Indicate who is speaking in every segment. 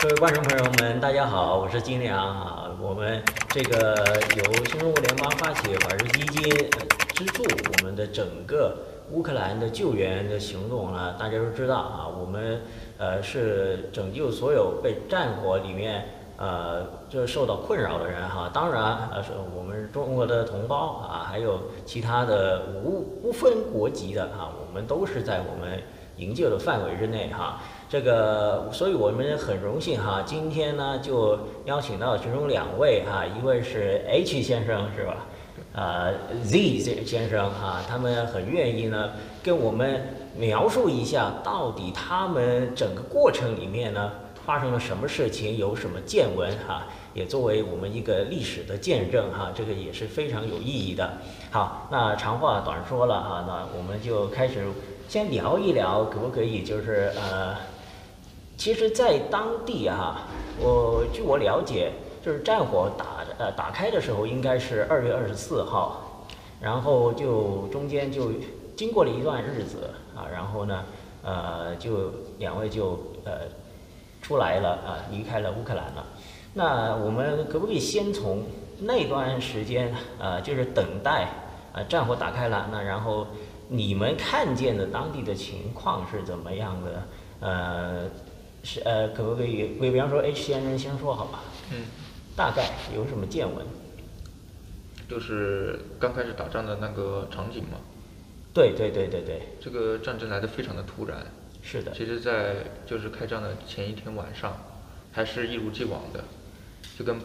Speaker 1: 各位观众朋友们，大家好，我是金良啊。我们这个由新中国联邦发起法治基金呃资助我们的整个乌克兰的救援的行动呢，大家都知道啊，我们呃是拯救所有被战火里面呃就是受到困扰的人哈。当然，呃，是我们中国的同胞啊，还有其他的无不分国籍的啊，我们都是在我们营救的范围之内哈。这个，所以我们很荣幸哈，今天呢就邀请到其中两位哈，一位是 H 先生是吧？呃，Z 先先生哈，他们很愿意呢跟我们描述一下，到底他们整个过程里面呢发生了什么事情，有什么见闻哈，也作为我们一个历史的见证哈，这个也是非常有意义的。好，那长话短说了哈，那我们就开始先聊一聊，可不可以就是呃。其实，在当地啊，我据我了解，就是战火打呃打开的时候，应该是二月二十四号，然后就中间就经过了一段日子啊，然后呢，呃，就两位就呃出来了啊，离开了乌克兰了。那我们可不可以先从那段时间呃，就是等待呃战火打开了，那然后你们看见的当地的情况是怎么样的？呃，是呃，可不可以？比比方说，H 先生先说好吧？
Speaker 2: 嗯，
Speaker 1: 大概有什么见闻？
Speaker 2: 就是刚开始打仗的那个场景嘛。
Speaker 1: 对对对对对，
Speaker 2: 这个战争来得非常的突然，
Speaker 1: 是的，
Speaker 2: 其实，在就是开战的前一天晚上，还是一如既往的，就跟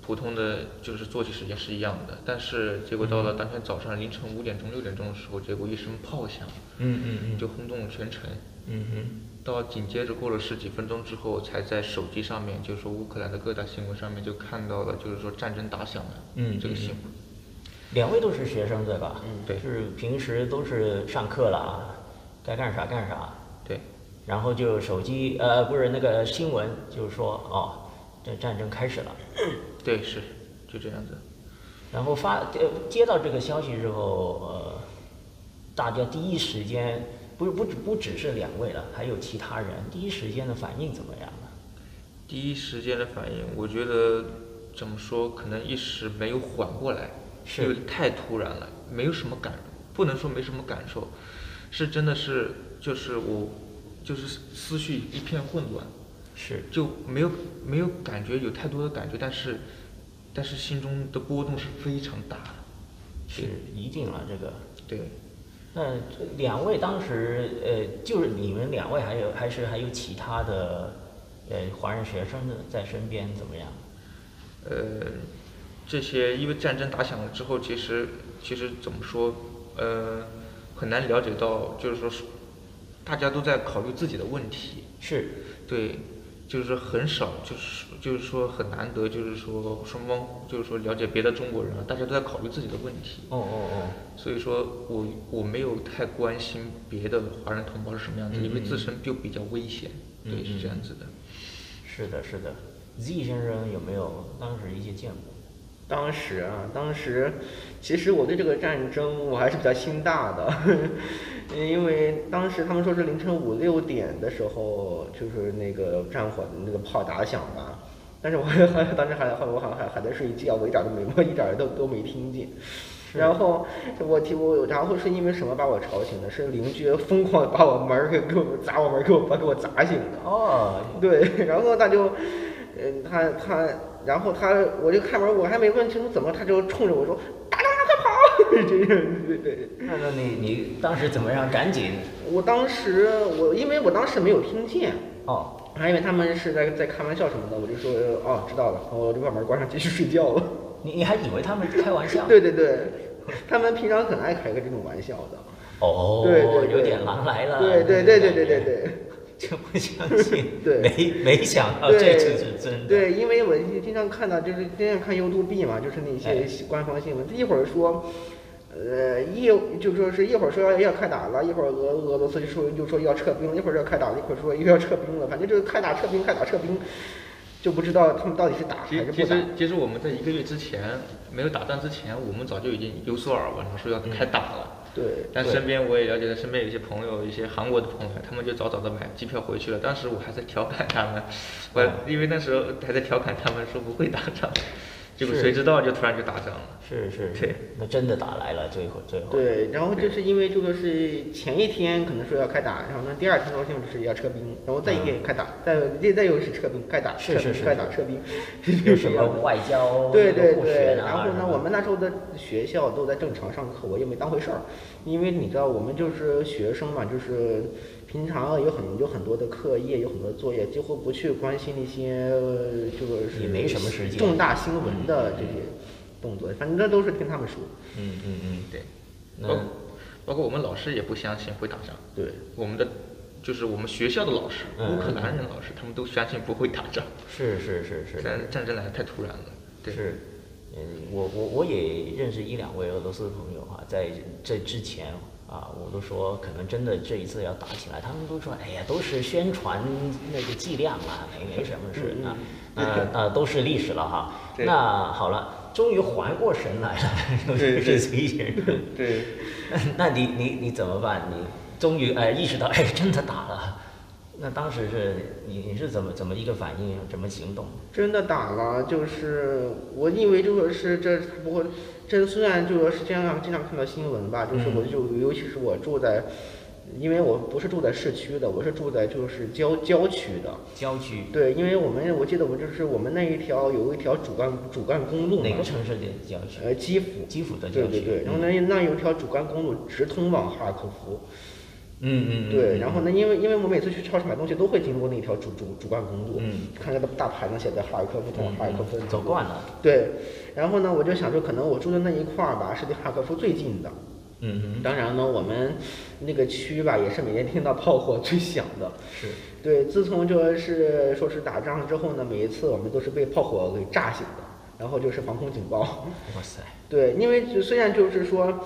Speaker 2: 普通的就是作息时间是一样的。但是结果到
Speaker 1: 嗯
Speaker 2: 了当天早上凌晨五点钟、六点钟的时候，结果一声炮响，
Speaker 1: 嗯嗯嗯，
Speaker 2: 就轰动了全城。
Speaker 1: 嗯嗯
Speaker 2: 到紧接着过了十几分钟之后，才在手机上面，就是说乌克兰的各大新闻上面就看到了，就是说战争打响了，
Speaker 1: 嗯
Speaker 2: 这个
Speaker 1: 嗯
Speaker 2: 新闻。
Speaker 1: 两位都是学生对吧？嗯
Speaker 2: 对
Speaker 1: 是平时都是上课了啊，该干啥干啥，
Speaker 2: 对，
Speaker 1: 然后就手机呃不是那个新闻就是说哦，这战争开始了，
Speaker 2: 对，是，就这样子。
Speaker 1: 然后发呃接到这个消息之后，呃，大家第一时间不不只不只是两位了，还有其他人第一时间的反应怎么样呢？
Speaker 2: 第一时间的反应，我觉得怎么说，可能一时没有缓过来，
Speaker 1: 是
Speaker 2: 因为太突然了，没有什么感，不能说没什么感受，是真的是就是我就是思绪一片混乱，
Speaker 1: 是
Speaker 2: 就没有没有感觉有太多的感觉，但是但是心中的波动是非常大的，
Speaker 1: 是一定了这个。
Speaker 2: 对，
Speaker 1: 那这两位当时呃，就是你们两位还有还是还有其他的呃华人学生的在身边怎么样？
Speaker 2: 呃，这些因为战争打响了之后，其实其实怎么说，呃，很难了解到，就是说是大家都在考虑自己的问题，
Speaker 1: 是
Speaker 2: 对，就是很少，就是就是说很难得，就是说双方就是说了解别的中国人啊，大家都在考虑自己的问题，
Speaker 1: 哦哦哦，
Speaker 2: 所以说我我没有太关心别的华人同胞是什么样子，因为自身就比较危险，对，是这样子的。
Speaker 1: 是的，是的。Z 先生有没有当时一些见闻？
Speaker 3: 当时啊，当时其实我对这个战争我还是比较心大的， 因为当时他们说是凌晨五六点的时候，就是那个战火那个炮打响吧。但是我还当时还还我好像还还在睡觉，我一点儿都没我一点儿都都没听见。然后我听我然后是因为什么把我吵醒的？是邻居疯狂地把我门儿给给我砸我门儿给我把给我砸醒的。
Speaker 1: 哦，
Speaker 3: 对，然后他就，嗯，他他，然后他，我就开门，我还没问清楚怎么，他就冲着我说：“打仗了，快跑！” 这这对对。
Speaker 1: 那那你你当时怎么样？赶紧
Speaker 3: 我当时我因为我当时没有听见，
Speaker 1: 哦，
Speaker 3: 我还以为他们是在在开玩笑什么的，我就说：“哦，知道了。”我就把门关上，继续睡觉了。
Speaker 1: 你你还以为他们开玩笑？
Speaker 3: 对对对，他们平常很爱开个这种玩笑的。
Speaker 1: 哦，
Speaker 3: 对对对
Speaker 1: 有点狼来了。
Speaker 3: 对对对对对对对。
Speaker 1: 这不相信，
Speaker 3: 对
Speaker 1: 没没想到
Speaker 3: 对
Speaker 1: 啊这次是真的。
Speaker 3: 对，因为我经常看到，就是经常看 YouTube 嘛，就是那
Speaker 1: 哎
Speaker 3: 些新官方新闻，一会儿说，呃，一就说是一会儿说要要开打了，一会儿俄俄罗斯就说就说要撤兵了，一会儿要开打了，一会儿说又要撤兵了，反正就是开打撤兵，开打撤兵，就不知道他们到底是打
Speaker 2: 其
Speaker 3: 还
Speaker 2: 实
Speaker 3: 是
Speaker 2: 其
Speaker 3: 不打
Speaker 2: 实。其实我们在一个月之前没有打仗之前，我们早就已经有所耳闻了，说要开打了。
Speaker 3: 对，
Speaker 2: 但
Speaker 3: 嗯对
Speaker 2: 身边我也了解到，身边有一些朋友，一些韩国的朋友，他们就早早的买机票回去了。当时我还在调侃他
Speaker 3: 嗯
Speaker 2: 们，我、因为那时候还在调侃他们说不会打仗，结果
Speaker 1: 是
Speaker 2: 谁知道就突然就打仗了。
Speaker 1: 是是
Speaker 2: 对
Speaker 1: 是，那真的打来了，最后最后。
Speaker 3: 对，然后就是因为这个是前一天可能说要开打，然后呢第二天说新闻就是要撤兵，然后再一天开打，再再再又是撤兵，开打，
Speaker 1: 嗯是
Speaker 3: 撤
Speaker 1: 是
Speaker 3: 兵
Speaker 1: 是
Speaker 3: 开打，撤兵，
Speaker 1: 有
Speaker 3: 是
Speaker 1: 什
Speaker 3: 这
Speaker 1: 么
Speaker 3: 样的。
Speaker 1: 外交
Speaker 3: 对对
Speaker 1: 互
Speaker 3: 对，
Speaker 1: 学啊
Speaker 3: 然后
Speaker 1: 什
Speaker 3: 呢，
Speaker 1: 么
Speaker 3: 我们那时候的学校都在正常上课，我也没当回事儿，因为你知道我们就是学生嘛，就是平常有很有很多的课业，有很多作业，几乎不去关心一些呃就是
Speaker 1: 也没什么时间
Speaker 3: 重大新闻的这些动作，反正都是听他们说。
Speaker 1: 嗯嗯嗯，
Speaker 2: 对，
Speaker 1: 那
Speaker 2: 包括包括我们老师也不相信会打仗，
Speaker 3: 对，
Speaker 2: 我们的就是我们学校的老师，
Speaker 1: 嗯
Speaker 2: 乌克兰人老师，他们都相信不会打仗，
Speaker 1: 是是是是
Speaker 2: 但战争来的太突然了。对，
Speaker 1: 是，嗯，我我我也认识一两位俄罗斯朋友啊，在这之前啊，我都说可能真的这一次要打起来，他们都说哎呀，都是宣传那个剂量啊，没没什么事啊，那那都是历史了哈。
Speaker 2: 嗯 对
Speaker 1: 那好了，终于缓过神来了， 尤其
Speaker 2: 对
Speaker 1: 是
Speaker 2: 对
Speaker 1: 崔先生。
Speaker 2: 对，
Speaker 1: 那你你你怎么办？你终于哎意识到哎真的打了，那当时是你你是怎么怎么一个反应，怎么行动？
Speaker 3: 真的打了，就是我因为这个是这不会，这虽然就说是经常经常看到新闻吧，就是
Speaker 1: 嗯
Speaker 3: 我就尤其是我住在，因为我不是住在市区的，我是住在就是郊郊区的。
Speaker 1: 郊区
Speaker 3: 对，因为我们我记得我就是我们那一条有一条主干主干公路嘛，
Speaker 1: 哪个城市的郊区？
Speaker 3: 呃，基辅。
Speaker 1: 基辅的郊
Speaker 3: 嗯对
Speaker 1: 区。嗯
Speaker 3: 对对，然后那那有一条主干公路直通往哈尔科夫。
Speaker 1: 嗯嗯嗯，嗯
Speaker 3: 对，然后呢，因为因为我每次去超市买东西都会经过那条主主主干公路，
Speaker 1: 嗯
Speaker 3: 看着大牌子写的哈尔科夫通往哈尔科夫，
Speaker 1: 走惯了，
Speaker 3: 对，然后呢，我就想说，可能我住的那一块儿吧，是离哈尔科夫最近的。
Speaker 1: 嗯嗯，
Speaker 3: 当然呢，我们那个区吧，也是每天听到炮火最响的。
Speaker 1: 是
Speaker 3: 对，自从就是说是打仗之后呢，每一次我们都是被炮火给炸醒的，然后就是防空警报。
Speaker 1: 哇塞，
Speaker 3: 对，因为就虽然就是说，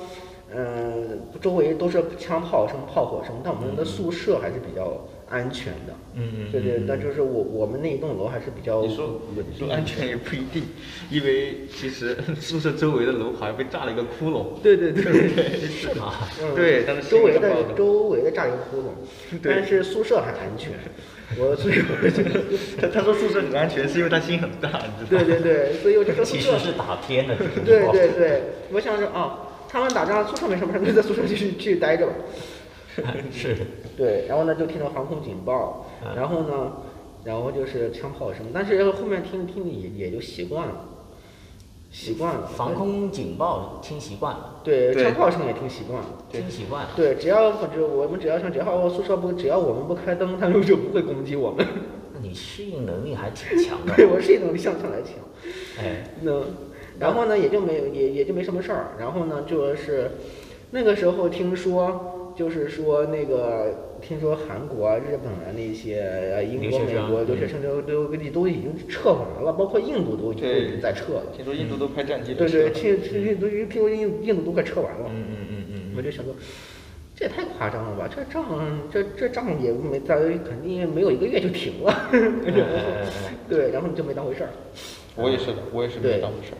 Speaker 3: 嗯、周围都是枪炮声、炮火声，但我
Speaker 2: 嗯
Speaker 3: 们的宿舍还是比较安全的。
Speaker 1: 嗯嗯，
Speaker 3: 对对，
Speaker 1: 嗯
Speaker 3: 那就是我我们那一栋楼还是比较
Speaker 2: 你说你说安全也不一定，因为其实 宿舍周围的楼好像被炸了一个窟窿。
Speaker 3: 对对对对
Speaker 1: 是吗？
Speaker 3: 嗯
Speaker 2: 对但是
Speaker 3: 周围
Speaker 2: 新闻报
Speaker 3: 的
Speaker 2: 道
Speaker 3: 周围的炸一个窟窿，
Speaker 2: 对
Speaker 3: 但是宿舍很安全。我所以我就
Speaker 2: 他他说宿舍很安全，是因为他心很大，你知道
Speaker 3: 对
Speaker 2: 吗？
Speaker 3: 对对，所以我就说宿
Speaker 1: 其
Speaker 3: 舍
Speaker 1: 实。是打偏了，
Speaker 3: 对对对，我想着啊，他们打仗宿舍没什么事，那就在宿舍继续继续待着吧。
Speaker 1: 对， 是，
Speaker 3: 对，然后呢就听到防空警报，
Speaker 2: 嗯
Speaker 3: 然后呢，然后就是枪炮声，但是后面听着听着也也就习惯了，习惯了。
Speaker 1: 防空警报听习惯了，
Speaker 3: 对
Speaker 2: 对
Speaker 3: 枪炮声也听习惯了。
Speaker 1: 听习惯了，
Speaker 3: 对，只要我只我们只要像只要宿舍不只要我们不开灯，他们就不会攻击我们。
Speaker 1: 那你适应能力还挺强的，
Speaker 3: 对我是一种向上来强。
Speaker 1: 哎，
Speaker 3: 那然后呢，也就没有也也就没什么事儿。然后呢，就是那个时候听说，就是说那个听说韩国啊、日本啊那些呃英
Speaker 1: 留
Speaker 3: 国、
Speaker 1: 学
Speaker 3: 美
Speaker 1: 生嗯
Speaker 3: 国留学生都都都已经撤完了，包括印度都已经都
Speaker 2: 对
Speaker 3: 已经在撤了。
Speaker 2: 听说印度都派战机
Speaker 3: 对对，听听听听听说印印度都快撤完了，
Speaker 1: 嗯嗯嗯嗯
Speaker 3: 我就想说。这也太夸张了吧！这仗，这这仗也没在，肯定没有一个月就停了。
Speaker 1: 嗯哎哎哎哎，
Speaker 3: 对，然后你就没当回事儿。
Speaker 2: 我也是的，我也是
Speaker 3: 对
Speaker 2: 没当回事儿。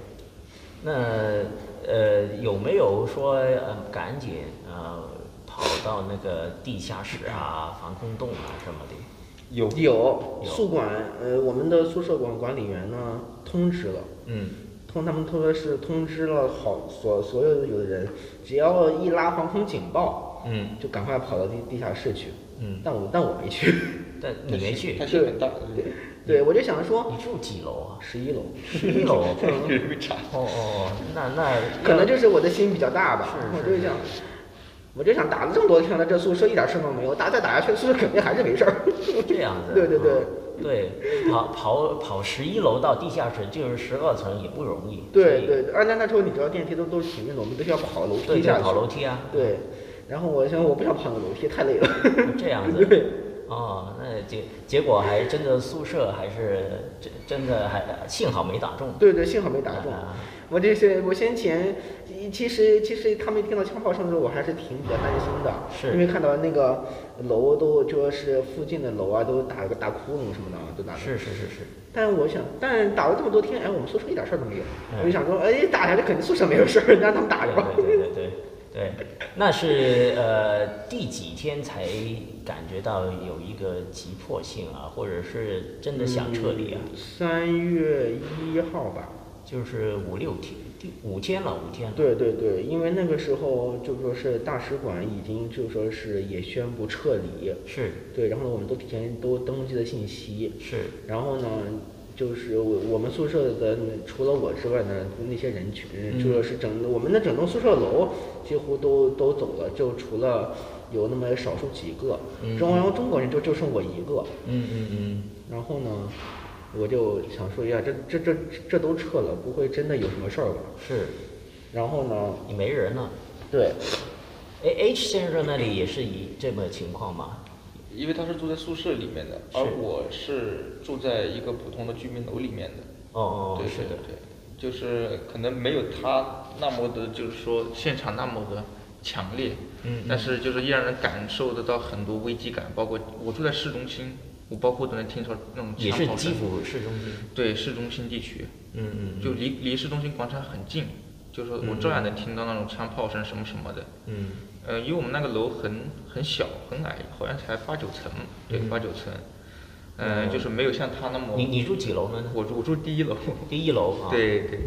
Speaker 1: 那呃有没有说呃赶紧呃跑到那个地下室啊、防空洞啊什么的？
Speaker 2: 有
Speaker 3: 有
Speaker 1: 有
Speaker 3: 宿管，呃，我们的宿舍管管理员呢通知了，
Speaker 1: 嗯，
Speaker 3: 通他们通说是通知了好所所有的有的人，只要一拉防空警报，
Speaker 1: 嗯
Speaker 3: 就赶快跑到地地下室去。
Speaker 1: 嗯，
Speaker 3: 但我但我没去，
Speaker 1: 但你没去
Speaker 2: 他，心很大，
Speaker 3: 对，对我就想说
Speaker 1: 你住几楼啊？
Speaker 3: 十一楼，
Speaker 1: 十一楼。
Speaker 2: 有人被炸。
Speaker 1: 哦哦，那那
Speaker 3: 可能就是我的心比较大吧，
Speaker 1: 是
Speaker 3: 我
Speaker 1: 是
Speaker 3: 就想。我就想打了这么多天了，这宿舍一点事儿都没有，打再打下去，宿舍肯定还是没事儿。
Speaker 1: 这样子。
Speaker 3: 对对对
Speaker 1: 嗯对，跑跑跑十一楼到地下室，就是十二层也不容易。
Speaker 3: 对对，而且那时候你知道电梯都都是平着的，我们都需要跑楼
Speaker 1: 所以，对对
Speaker 3: 梯下去。
Speaker 1: 跑楼梯啊。
Speaker 3: 对，然后我想我不想跑那个楼梯，太累了。
Speaker 1: 嗯这样子
Speaker 3: 对。
Speaker 1: 哦，那结结果还真的宿舍还是真真的还幸好没打中。
Speaker 3: 对对，幸好没打中
Speaker 1: 啊。
Speaker 3: 我这些我先前其实其实他们听到枪炮声的时候，我还是挺比较担心的，
Speaker 1: 是
Speaker 3: 因为看到那个楼都就是附近的楼啊，都打了个大窟窿什么的啊，都打了。
Speaker 1: 是是是是，
Speaker 3: 但我想，但打了这么多天，哎，我们宿舍一点事儿都没有。
Speaker 1: 嗯
Speaker 3: 我就想说，哎，打下去肯定宿舍没有事儿，让他们打
Speaker 1: 对
Speaker 3: 着吧。
Speaker 1: 对对对对。对，那是呃第几天才感觉到有一个急迫性啊，或者是真的想撤离啊？
Speaker 3: 三月一号吧，
Speaker 1: 就是五六天，第五天了，五天了。
Speaker 3: 对对对，因为那个时候就说是大使馆已经就说是也宣布撤离，
Speaker 1: 是
Speaker 3: 对，然后呢，我们都提前都登记了信息，
Speaker 1: 是
Speaker 3: 然后呢，就是我我们宿舍的除了我之外呢，那些人群就是整我们的整栋宿舍楼几乎都都走了，就除了有那么少数几个，中然后中国人就就剩我一个，
Speaker 1: 嗯嗯嗯，
Speaker 3: 然后呢，我就想说哎呀，这这这这都撤了，不会真的有什么事儿吧？
Speaker 1: 是
Speaker 3: 然后呢，
Speaker 1: 你没人了。
Speaker 3: 对，
Speaker 1: 哎，H 先生那里也是一这么情况吗？
Speaker 2: 因为他是住在宿舍里面的，
Speaker 1: 是
Speaker 2: 而我是住在一个普通的居民楼里面的。
Speaker 1: 哦哦，
Speaker 2: 对
Speaker 1: 是的
Speaker 2: 对，对，就是可能没有他那么的，就是说现场那么的强烈，
Speaker 1: 嗯嗯
Speaker 2: 但是就是依然能感受得到很多危机感，包括我住在市中心，我包括都能听到那种
Speaker 1: 也
Speaker 2: 枪
Speaker 1: 是
Speaker 2: 炮
Speaker 1: 基
Speaker 2: 声，
Speaker 1: 辅市中心。
Speaker 2: 对市中心地区，
Speaker 1: 嗯嗯
Speaker 2: 就离离市中心广场很近，就是我照样能听到那种枪炮声什么什么的，
Speaker 1: 嗯，
Speaker 2: 呃，因为我们那个楼很很小很矮，好像才八九层，对八九层，嗯、就是没有像他那么，
Speaker 1: 哦你你住几楼呢？
Speaker 2: 我住我住第一楼，
Speaker 1: 嗯第一楼啊。。
Speaker 2: 对对，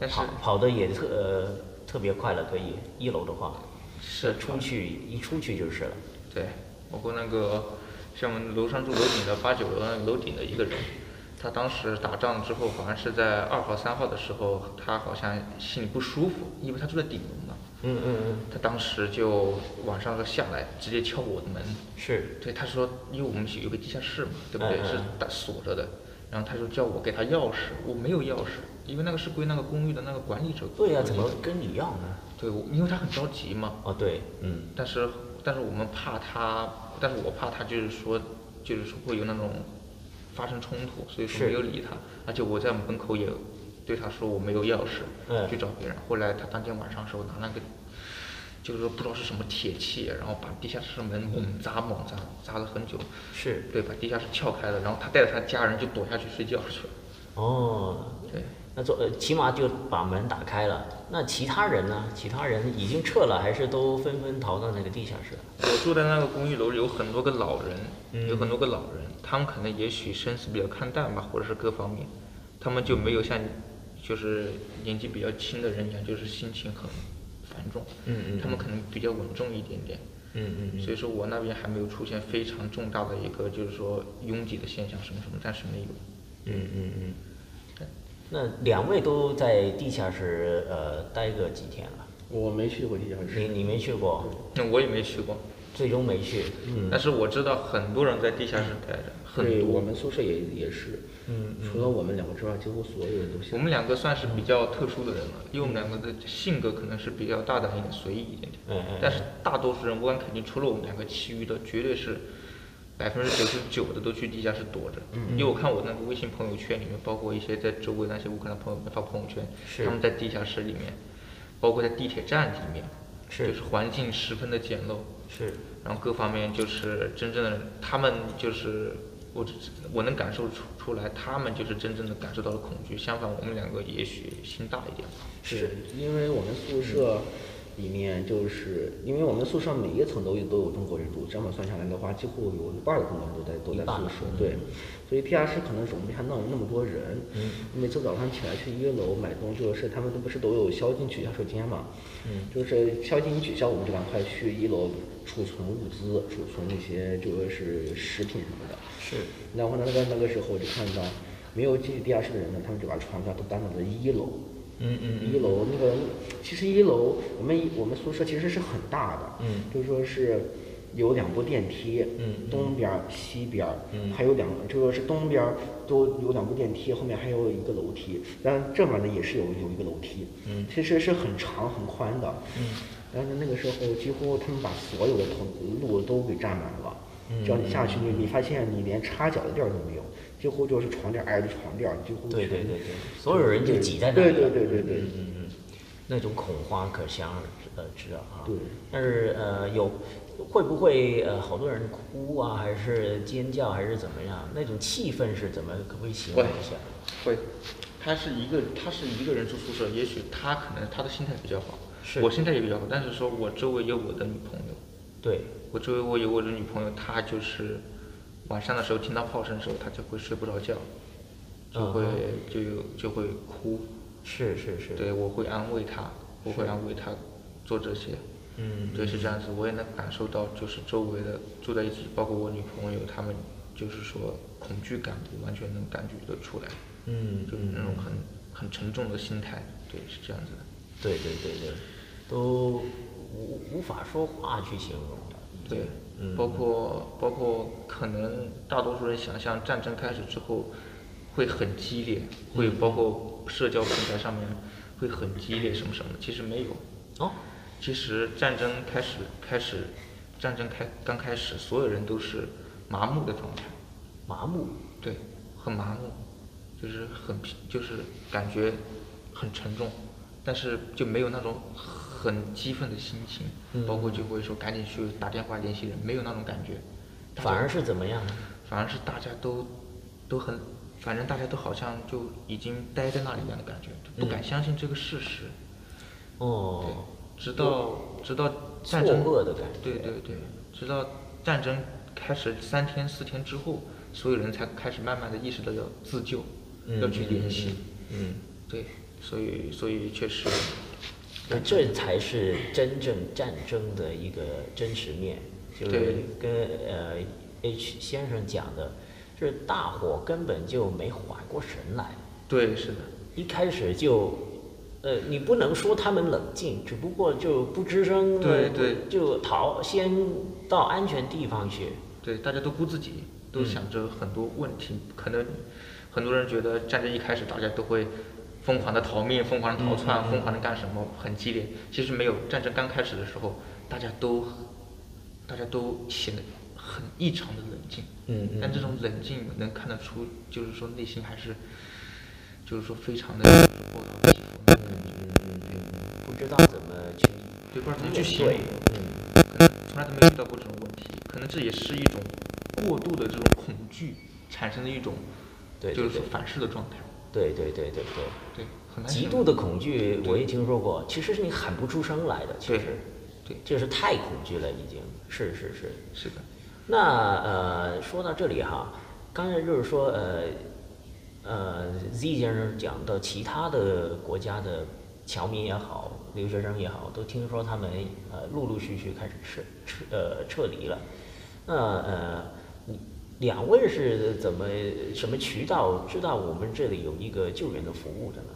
Speaker 2: 但是
Speaker 1: 跑跑的也特呃特别快了，可以一楼的话，
Speaker 2: 是
Speaker 1: 出去一出去就是了。
Speaker 2: 对，我跟那个像我们楼上住楼顶的八九楼那个楼顶的一个人，他当时打仗之后，好像是在二号、三号的时候，他好像心里不舒服，因为他住在顶楼嘛，
Speaker 1: 嗯嗯嗯，
Speaker 2: 他当时就晚上就下来，直接敲我的门。
Speaker 1: 是
Speaker 2: 对，他说，因为我们有个地下室嘛，对不对？
Speaker 1: 嗯嗯
Speaker 2: 是
Speaker 1: 嗯
Speaker 2: 打锁着的。然后他说叫我给他钥匙，我没有钥匙，因为那个是归那个公寓的那个管理者。
Speaker 1: 对呀、怎么？跟你要呢？
Speaker 2: 对，我因为他很着急嘛。
Speaker 1: 哦，对，嗯，
Speaker 2: 但是但是我们怕他，但是我怕他就是说就是说会有那种发生冲突，所以
Speaker 1: 是
Speaker 2: 说没有理他。而且我在门口也对他说我没有钥匙，
Speaker 1: 嗯
Speaker 2: 去找别人。后来他当天晚上的时候拿那个。就是说不知道是什么铁器，啊然后把地下室门猛砸猛砸，砸了很久，
Speaker 1: 是
Speaker 2: 对，把地下室撬开了，然后他带着他家人就躲下去睡觉去了。
Speaker 1: 哦，
Speaker 2: 对，
Speaker 1: 那做呃起码就把门打开了。那其他人呢？其他人已经撤了，还是都纷纷逃到那个地下室了？
Speaker 2: 我住的那个公寓楼有很多个老人，
Speaker 1: 嗯
Speaker 2: 有很多个老人，他们可能也许生死比较看淡吧，或者是各方面，他们就没有像就是年纪比较轻的人一样，就是心情很繁重，
Speaker 1: 嗯嗯
Speaker 2: 他们可能比较稳重一点点，
Speaker 1: 嗯嗯嗯，
Speaker 2: 所以说我那边还没有出现非常重大的一个就是说拥挤的现象什么什么，暂时没有。
Speaker 1: 嗯嗯嗯。那两位都在地下室呃待个几天了？
Speaker 3: 我没去过地下室
Speaker 1: 你。你没去过，
Speaker 2: 那我也没去过，
Speaker 1: 最终没去。嗯
Speaker 2: 但是我知道很多人在地下室待着，很
Speaker 3: 对，
Speaker 2: 多。
Speaker 3: 我们宿舍也也是，嗯，除了我们两个之外，几乎所有人都
Speaker 2: 我
Speaker 3: 想。
Speaker 2: 们两个算是比较特殊的人了，因为我们两个的性格可能是比较大胆一点、随意一点点。
Speaker 1: 嗯嗯嗯
Speaker 2: 但是大多数人，我敢肯定，除了我们两个，其余的绝对是百分之九十九的都去地下室躲着。
Speaker 1: 嗯
Speaker 2: 因为我看我那个微信朋友圈里面，包括一些在周围那些乌克兰朋友们发朋友圈，
Speaker 1: 是
Speaker 2: 他们在地下室里面，包括在地铁站里面，
Speaker 1: 是
Speaker 2: 就是环境十分的简陋。
Speaker 1: 是
Speaker 2: 然后各方面就是真正的他们就是我只我能感受出出来，他们就是真正的感受到了恐惧。相反，我们两个也许心大一点吧。
Speaker 3: 是因为我们宿舍里面，就是因为我们宿舍每一层都有都有中国人住，这么算下来的话，几乎有一半儿的中国人都在都在
Speaker 1: 一半
Speaker 3: 宿舍，对，所以地下室可能容不下那么那么多人。每次早上起来去一楼买东西，就是他们都不是都有宵禁取消时间嘛，嗯，就是宵禁一取消，我们就赶快去一楼储存物资，储存那些就是食品什么的。
Speaker 1: 是
Speaker 3: 然后呢，那个那个时候我就看到没有进地下室的人呢，他们就把床架都搬到了一楼。
Speaker 1: 嗯嗯
Speaker 3: 一楼那个其实一楼我们一我们宿舍其实是很大的，
Speaker 1: 嗯，
Speaker 3: 就说是有两部电梯，
Speaker 1: 嗯
Speaker 3: 东边儿西边儿，还有两就说是东边儿都有两部电梯，后面还有一个楼梯，但这边呢也是有有一个楼梯，嗯，其实是很长很宽的，嗯，但是那个时候几乎他们把所有的通路都给占满了。
Speaker 1: 嗯
Speaker 3: 只要你下去，你你发现你连插脚的地儿都没有，几乎就是床垫儿挨着床垫儿，几乎
Speaker 1: 对对
Speaker 3: 全
Speaker 1: 对对，所有人就挤在那里
Speaker 3: 对
Speaker 1: 了。
Speaker 3: 对对对对
Speaker 1: 嗯嗯嗯，那种恐慌可想而知呃知啊。
Speaker 3: 对
Speaker 1: 但是呃有会不会呃好多人哭啊，还是尖叫，还是怎么样？那种气氛是怎么？可不可以形容一下？
Speaker 2: 会，他是一个他是一个人住宿舍，也许他可能他的心态比较好，
Speaker 1: 是
Speaker 2: 我现在也比较好，但是说我周围有我的女朋友，
Speaker 1: 对，
Speaker 2: 我周围我有我的女朋友，她就是晚上的时候听到炮声的时候，她就会睡不着觉，就会
Speaker 1: 嗯
Speaker 2: 就有就会哭。
Speaker 1: 是是是，
Speaker 2: 对，我会安慰她，我会安慰她做这些。
Speaker 1: 嗯，
Speaker 2: 对，是这样子，我也能感受到，就是周围的住在一起，包括我女朋友，她们就是说恐惧感，我完全能感觉得出来，
Speaker 1: 嗯
Speaker 2: 就是那种很很沉重的心态，对，是这样子的，
Speaker 1: 对对对对，都无无法说话去形容了。已经
Speaker 2: 对，
Speaker 1: 嗯，
Speaker 2: 包括包括可能大多数人想象战争开始之后会很激烈，会
Speaker 1: 嗯
Speaker 2: 包括社交平台上面会很激烈什么什么的，其实没有，
Speaker 1: 哦，
Speaker 2: 其实战争开始开始，战争开刚开始，所有人都是麻木的状态，
Speaker 1: 麻木，
Speaker 2: 对，很麻木，就是很疲就是感觉很沉重，但是就没有那种很激愤的心情，
Speaker 1: 嗯
Speaker 2: 包括就会说赶紧去打电话联系人，没有那种感觉，大家
Speaker 1: 反而是怎么样呢？
Speaker 2: 反而是大家都都很，反正大家都好像就已经待在那里一样的感觉，就不敢相信这个事实。
Speaker 1: 嗯
Speaker 2: 对
Speaker 1: 哦，，
Speaker 2: 直到直到
Speaker 1: 错
Speaker 2: 战争
Speaker 1: 愕的感
Speaker 2: 对对对，直到战争开始三天四天之后，所有人才开始慢慢的意识到要自救，
Speaker 1: 嗯
Speaker 2: 要去联系。
Speaker 1: 嗯，
Speaker 2: 对，所以所以确实，
Speaker 1: 那这才是真正战争的一个真实面，就是
Speaker 2: 对
Speaker 1: 跟呃 H 先生讲的，就是大伙根本就没缓过神来，
Speaker 2: 对是的，
Speaker 1: 一开始就。呃，你不能说他们冷静，只不过就不吱声，
Speaker 2: 对
Speaker 1: 呃
Speaker 2: 对
Speaker 1: 就逃，先到安全地方去。
Speaker 2: 对大家都顾自己，
Speaker 1: 嗯
Speaker 2: 都想着很多问题，可能很多人觉得战争一开始大家都会。疯狂的逃命，疯狂的逃
Speaker 1: 嗯
Speaker 2: 窜，疯狂的干什么？很激烈。其实没有，战争刚开始的时候，大家都，大家都显得很异常的冷静。
Speaker 1: 嗯嗯
Speaker 2: 但这种冷静能看得出，就是说内心还是，就是说非常 的
Speaker 1: 嗯嗯嗯嗯，不知道怎么去
Speaker 2: 对，不知道怎么去
Speaker 1: 面
Speaker 2: 形
Speaker 1: 对
Speaker 2: 容，。
Speaker 1: 嗯，
Speaker 2: 可能从来都没有遇到过这种问题，可能这也是一种过度的这种恐惧产生的一种，
Speaker 1: 对
Speaker 2: 就
Speaker 1: 对
Speaker 2: 是说
Speaker 1: 对
Speaker 2: 反噬的状态，
Speaker 1: 对对对对对，
Speaker 2: 对，很难
Speaker 1: 极
Speaker 2: 形
Speaker 1: 度
Speaker 2: 容，
Speaker 1: 的恐惧我也听说过，其实是你喊不出声来的，其
Speaker 2: 对
Speaker 1: 实，
Speaker 2: 对，
Speaker 1: 这是太恐惧了已经。是是是。
Speaker 2: 是的，
Speaker 1: 那呃，说到这里哈，刚才就是说呃呃，Z 先生讲到其他的国家的侨民也好，留学生也好，都听说他们呃陆陆续续开始撤撤呃撤离了。那呃，你两位是怎么什么渠道知道我们这里有一个救援的服务的呢？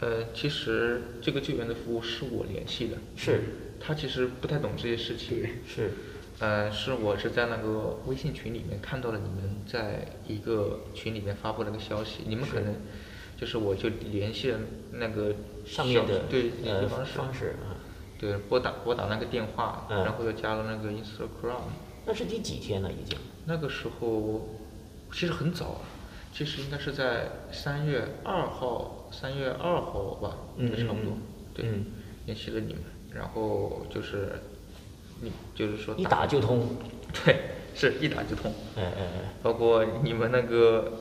Speaker 2: 呃，其实这个救援的服务是我联系的，
Speaker 1: 是
Speaker 2: 他其实不太懂这些事情，
Speaker 1: 是
Speaker 2: 呃，是我是在那个微信群里面看到了你们在一个群里面发布了个消息，你们可能就是我就联系了那个
Speaker 1: 上面
Speaker 2: 小
Speaker 1: 的
Speaker 2: 对联
Speaker 1: 呃
Speaker 2: 系方式，
Speaker 1: 方式啊，
Speaker 2: 对拨打拨打那个电话，
Speaker 1: 嗯
Speaker 2: 然后又加了那个 Instagram，
Speaker 1: 那是第几天了已经？
Speaker 2: 那个时候其实很早，啊其实应该是在三月二号，三月二号吧，
Speaker 1: 嗯
Speaker 2: 应该差不多
Speaker 1: 嗯嗯，
Speaker 2: 对
Speaker 1: 嗯，
Speaker 2: 联系了你们，然后就是你就是说
Speaker 1: 一打就通，
Speaker 2: 对，是一打就通。
Speaker 1: 哎哎哎，
Speaker 2: 包括你们那个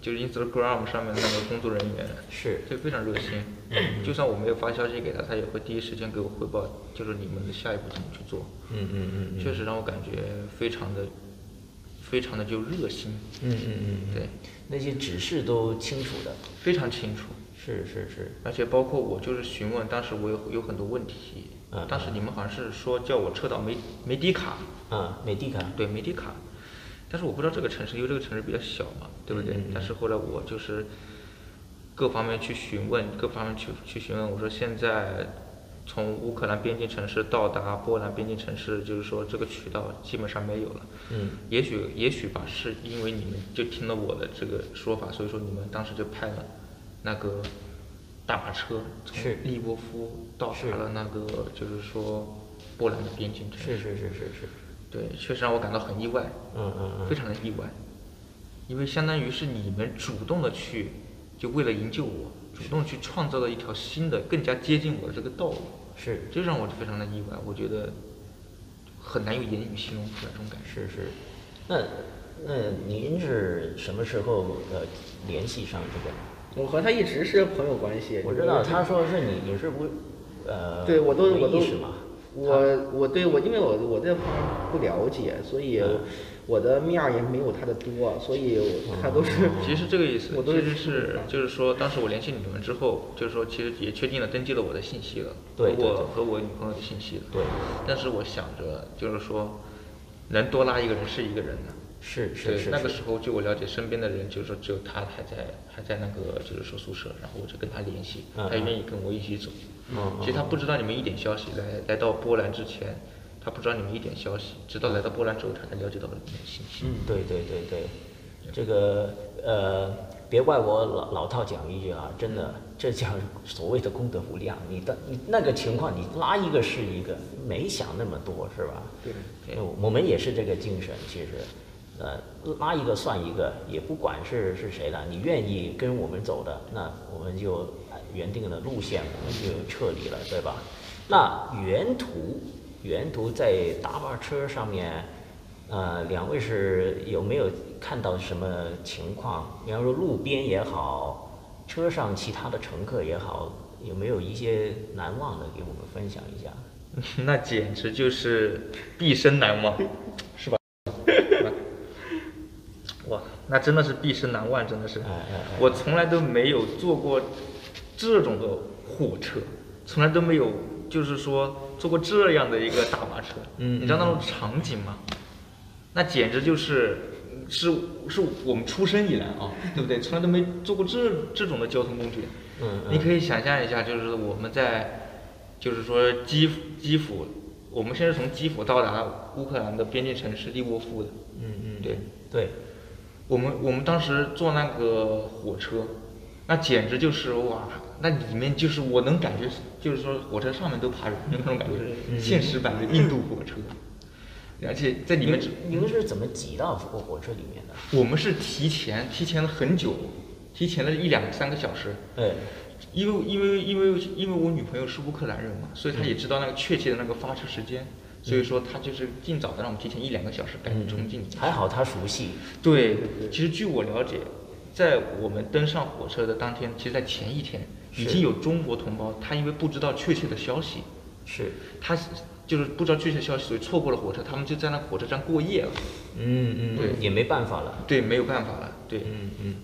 Speaker 2: 就是 Instagram 上面那个工作人员，
Speaker 1: 是
Speaker 2: 就非常热心。
Speaker 1: 嗯
Speaker 2: 就算我没有发消息给他，他也会第一时间给我汇报，就是你们的下一步怎么去做。
Speaker 1: 嗯嗯嗯嗯。
Speaker 2: 确实让我感觉非常的，非常的就热心，
Speaker 1: 嗯嗯嗯嗯，
Speaker 2: 对，
Speaker 1: 那些指示都清楚的，
Speaker 2: 非常清楚。
Speaker 1: 是是是，
Speaker 2: 而且包括我就是询问，当时我有有很多问题
Speaker 1: 嗯，
Speaker 2: 当时你们好像是说叫我撤到梅梅迪卡，
Speaker 1: 啊，美的卡，
Speaker 2: 对梅迪卡，但是我不知道这个城市，因为这个城市比较小嘛，对不
Speaker 1: 嗯
Speaker 2: 对？但是后来我就是各方面去询问，各方面去去询问，我说现在从乌克兰边境城市到达波兰边境城市，就是说这个渠道基本上没有了。
Speaker 1: 嗯，
Speaker 2: 也许也许吧，是因为你们就听了我的这个说法，所以说你们当时就派了那个大巴车从
Speaker 1: 是
Speaker 2: 利沃夫到
Speaker 1: 是
Speaker 2: 达了那个就是说波兰的边境城
Speaker 1: 是
Speaker 2: 市。
Speaker 1: 是是是是，
Speaker 2: 对，确实让我感到很意外，
Speaker 1: 嗯嗯嗯，
Speaker 2: 非常的意外，因为相当于是你们主动的去，就为了营救我，主动去创造了一条新的、更加接近我的这个道路，
Speaker 1: 是
Speaker 2: 这让我非常的意外，我觉得很难用言语形容出来这种感受。
Speaker 1: 是是，那那您是什么时候呃联系上这个？
Speaker 3: 我和他一直是朋友关系，
Speaker 1: 我
Speaker 3: 就
Speaker 2: 呃
Speaker 1: 知道
Speaker 3: 是
Speaker 1: 他说是你，你是不呃，
Speaker 3: 对我都
Speaker 1: 没
Speaker 3: 我都
Speaker 1: 意识嘛。
Speaker 3: 我我对我因为我我对他不了解，所以
Speaker 1: 嗯
Speaker 3: 我的面儿也没有他的多，所以我他都
Speaker 1: 嗯
Speaker 3: 是
Speaker 2: 其实这个意思
Speaker 3: 我，都
Speaker 2: 其
Speaker 3: 是
Speaker 2: 实
Speaker 3: 吃不
Speaker 2: 是
Speaker 3: 惯
Speaker 2: 就是说，当时我联系你们之后，就是说，其实也确定了登记了我的信息了，
Speaker 1: 对对
Speaker 2: 和
Speaker 1: 对
Speaker 2: 我和我女朋友的信息了。
Speaker 1: 对，
Speaker 2: 但是我想着就是说，能多拉一个人是一个人的。
Speaker 1: 是是
Speaker 2: 对，
Speaker 1: 是
Speaker 2: 那个
Speaker 1: 是
Speaker 2: 时候据我了解，身边的人就是说只有他还在还在那个就是说宿舍，然后我就跟他联系，
Speaker 1: 嗯
Speaker 2: 他愿意跟我一起走。
Speaker 1: 嗯
Speaker 2: 其实他不知道你们一点消息，来来到波兰之前，他不知道你们一点消息，直到来到波兰之后，他才了解到了你们的信息。
Speaker 1: 嗯，对对对对，这个呃，别怪我老老套讲一句啊，真的，这叫所谓的功德无量。你的你那个情况，你拉一个是一个，没想那么多是吧？
Speaker 3: 对
Speaker 2: 对
Speaker 1: 呃我们也是这个精神，其实，呃，拉一个算一个，也不管是是谁了，你愿意跟我们走的，那我们就按原定的路线，我们就撤离了，对吧？那原途，原途在大巴车上面，呃，两位是有没有看到什么情况？比方说路边也好，车上其他的乘客也好，有没有一些难忘的给我们分享一下？
Speaker 2: 那简直就是毕生难忘，是吧？ 哇，那真的是毕生难忘，真的是
Speaker 1: 哎哎哎，
Speaker 2: 我从来都没有坐过这种的火车，从来都没有就是说坐过这样的一个大巴车，
Speaker 1: 嗯
Speaker 2: 你知道那种场景吗？那简直就是是是我们出生以来啊，对不对？从来都没坐过这这种的交通工具，
Speaker 1: 嗯嗯
Speaker 2: 你可以想象一下，就是我们在，就是说基辅基辅，我们现在从基辅到达乌克兰的边境城市利沃夫的，
Speaker 1: 嗯嗯，
Speaker 2: 对，
Speaker 1: 对，
Speaker 2: 我们我们当时坐那个火车，那简直就是哇，那里面就是我能感觉，就是说火车上面都爬人那种感觉，现实版的印度火车，
Speaker 1: 嗯
Speaker 2: 而且在里面只
Speaker 1: 你们是怎么挤到火火车里面的？
Speaker 2: 我们是提前提前了很久，提前了一两三个小时，
Speaker 1: 哎，
Speaker 2: 因为因为因为因为我女朋友是乌克兰人嘛，所以她也知道那个确切的那个发车时间，所以说她就是尽早的让我们提前一两个小时赶紧冲进去。
Speaker 1: 还好他熟悉。
Speaker 2: 对，其实据我了解，在我们登上火车的当天，其实在前一天
Speaker 1: 是
Speaker 2: 已经有中国同胞，他因为不知道确切的消息，
Speaker 1: 是，
Speaker 2: 他就是不知道确切消息，所以错过了火车，他们就在那火车站过夜了。
Speaker 1: 嗯嗯，
Speaker 2: 对
Speaker 1: 也没办法了。
Speaker 2: 对，没有办法了。对，
Speaker 1: 嗯嗯，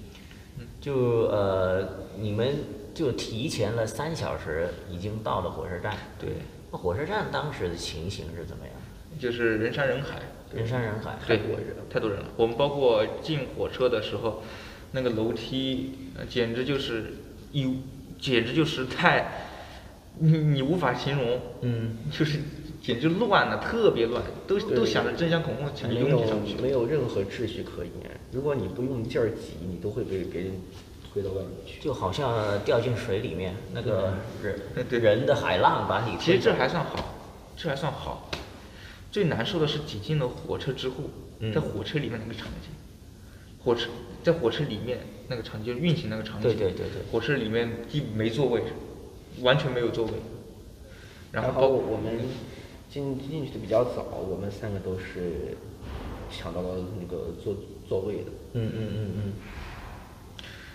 Speaker 1: 就呃，你们就提前了三小时已经到了火车站。
Speaker 2: 对，
Speaker 1: 那火车站当时的情形是怎么样？
Speaker 2: 就是人山人海。
Speaker 1: 人山人海。
Speaker 2: 对，
Speaker 3: 多人了
Speaker 2: 太多人了。我们包括进火车的时候，那个楼梯呃简直就是一，简直就是太，你你无法形容，
Speaker 1: 嗯，
Speaker 2: 就是简直乱了，特别乱，都都想着争先恐后想
Speaker 3: 没
Speaker 2: 着拥
Speaker 3: 有
Speaker 2: 挤上去。
Speaker 3: 没有任何秩序可言。如果你不用劲儿挤，你都会被别人推到外面去。
Speaker 1: 就好像掉进水里面，那个
Speaker 2: 对哎
Speaker 1: 人
Speaker 2: 对
Speaker 1: 人的海浪把你
Speaker 2: 其
Speaker 1: 推
Speaker 2: 实
Speaker 1: 走。
Speaker 2: 这还算好，这还算好。最难受的是挤进了火车之后，
Speaker 1: 嗯
Speaker 2: 在火车里面那个场景，火车在火车里面那个场景，就是运行那个场景，
Speaker 1: 对对对对
Speaker 2: 火车里面一没座位，完全没有座位。然后
Speaker 3: 然
Speaker 2: 包
Speaker 3: 后
Speaker 2: 括
Speaker 3: 我们进进去的比较早，我们三个都是抢到了那个座座位的。
Speaker 1: 嗯嗯嗯嗯，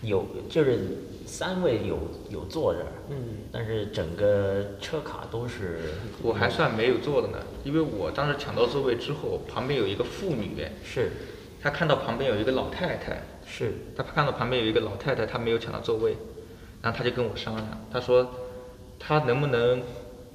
Speaker 1: 有就是三位有有坐着，
Speaker 3: 嗯，
Speaker 1: 但是整个车卡都是
Speaker 2: 我还算没有坐的呢，因为我当时抢到座位之后，旁边有一个妇女，
Speaker 1: 是
Speaker 2: 她看到旁边有一个老太太，
Speaker 1: 是
Speaker 2: 他看到旁边有一个老太太，她没有抢到座位，然后他就跟我商量，他说他能不能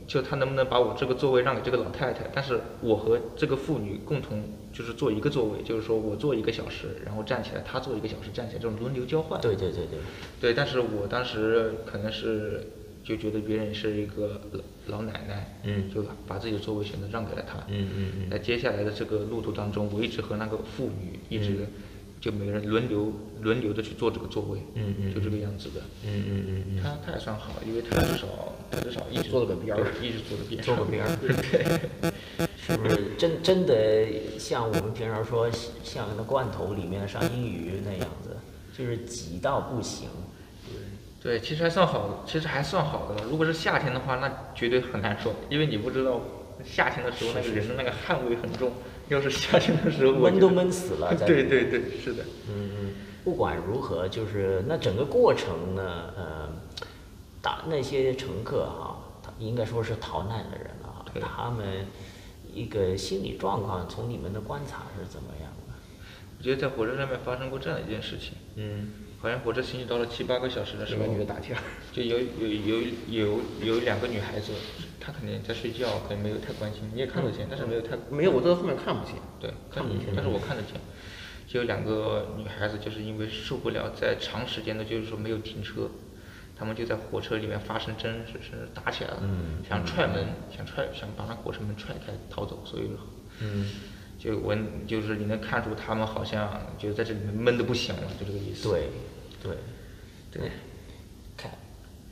Speaker 2: 就他能不能把我这个座位让给这个老太太，但是我和这个妇女共同就是坐一个座位，就是说我坐一个小时，然后站起来，她坐一个小时站起来，这种轮流交换。
Speaker 1: 对对对对，
Speaker 2: 对，但是我当时可能是就觉得别人是一个老老奶奶，
Speaker 1: 嗯
Speaker 2: 就把把自己的座位选择让给了她，
Speaker 1: 嗯嗯嗯
Speaker 2: 在接下来的这个路途当中，我一直和那个妇女一直就每个人轮流轮流的去坐这个座位，
Speaker 1: 嗯嗯
Speaker 2: 就这个样子的。
Speaker 1: 嗯嗯嗯嗯，
Speaker 2: 她她还算好，因为她至少她至少一直
Speaker 3: 坐了个边儿
Speaker 2: 对一直坐个边
Speaker 1: 坐
Speaker 2: 上，
Speaker 1: 个边儿
Speaker 2: 对，
Speaker 1: 是不是真真的像我们平常说像那罐头里面的沙丁鱼那样子，就是挤到不行。
Speaker 2: 对，其实还算好，其实还算好的了。如果是夏天的话，那绝对很难受，因为你不知道夏天的时候那个人的那个汗味很重。要是夏天的时候，我
Speaker 1: 闷
Speaker 2: 觉
Speaker 1: 都
Speaker 2: 得
Speaker 1: 闷死 了在
Speaker 2: 对
Speaker 1: 里
Speaker 2: 对对，是的。
Speaker 1: 嗯嗯，不管如何，就是那整个过程呢，呃，大那些乘客哈、他应该说是逃难的人啊，
Speaker 2: 对
Speaker 1: 他们一个心理状况，从你们的观察是怎么样的？
Speaker 2: 我觉得在火车上面发生过这样一件事情，
Speaker 1: 嗯
Speaker 2: 好像火车行驶到了七八个小时的时
Speaker 3: 什
Speaker 2: 候
Speaker 3: 么，女的打架？
Speaker 2: 就有有有有有两个女孩子，她肯定在睡觉，可能没有太关心，你也看得见，但是没有太
Speaker 3: 没有，我坐在后面看不见。
Speaker 2: 对，看不见，但是我看得见。就有两个女孩子，就是因为受不了在长时间的，就是说没有停车，她们就在火车里面发生争执，甚至打起来了，
Speaker 1: 嗯
Speaker 2: 想踹门，想踹，想把那火车门踹开逃走，所以说，
Speaker 1: 嗯，
Speaker 2: 就我就是你能看出她们好像就在这里面闷的不行了，就这个意思。
Speaker 1: 对对，
Speaker 2: 对，
Speaker 1: 看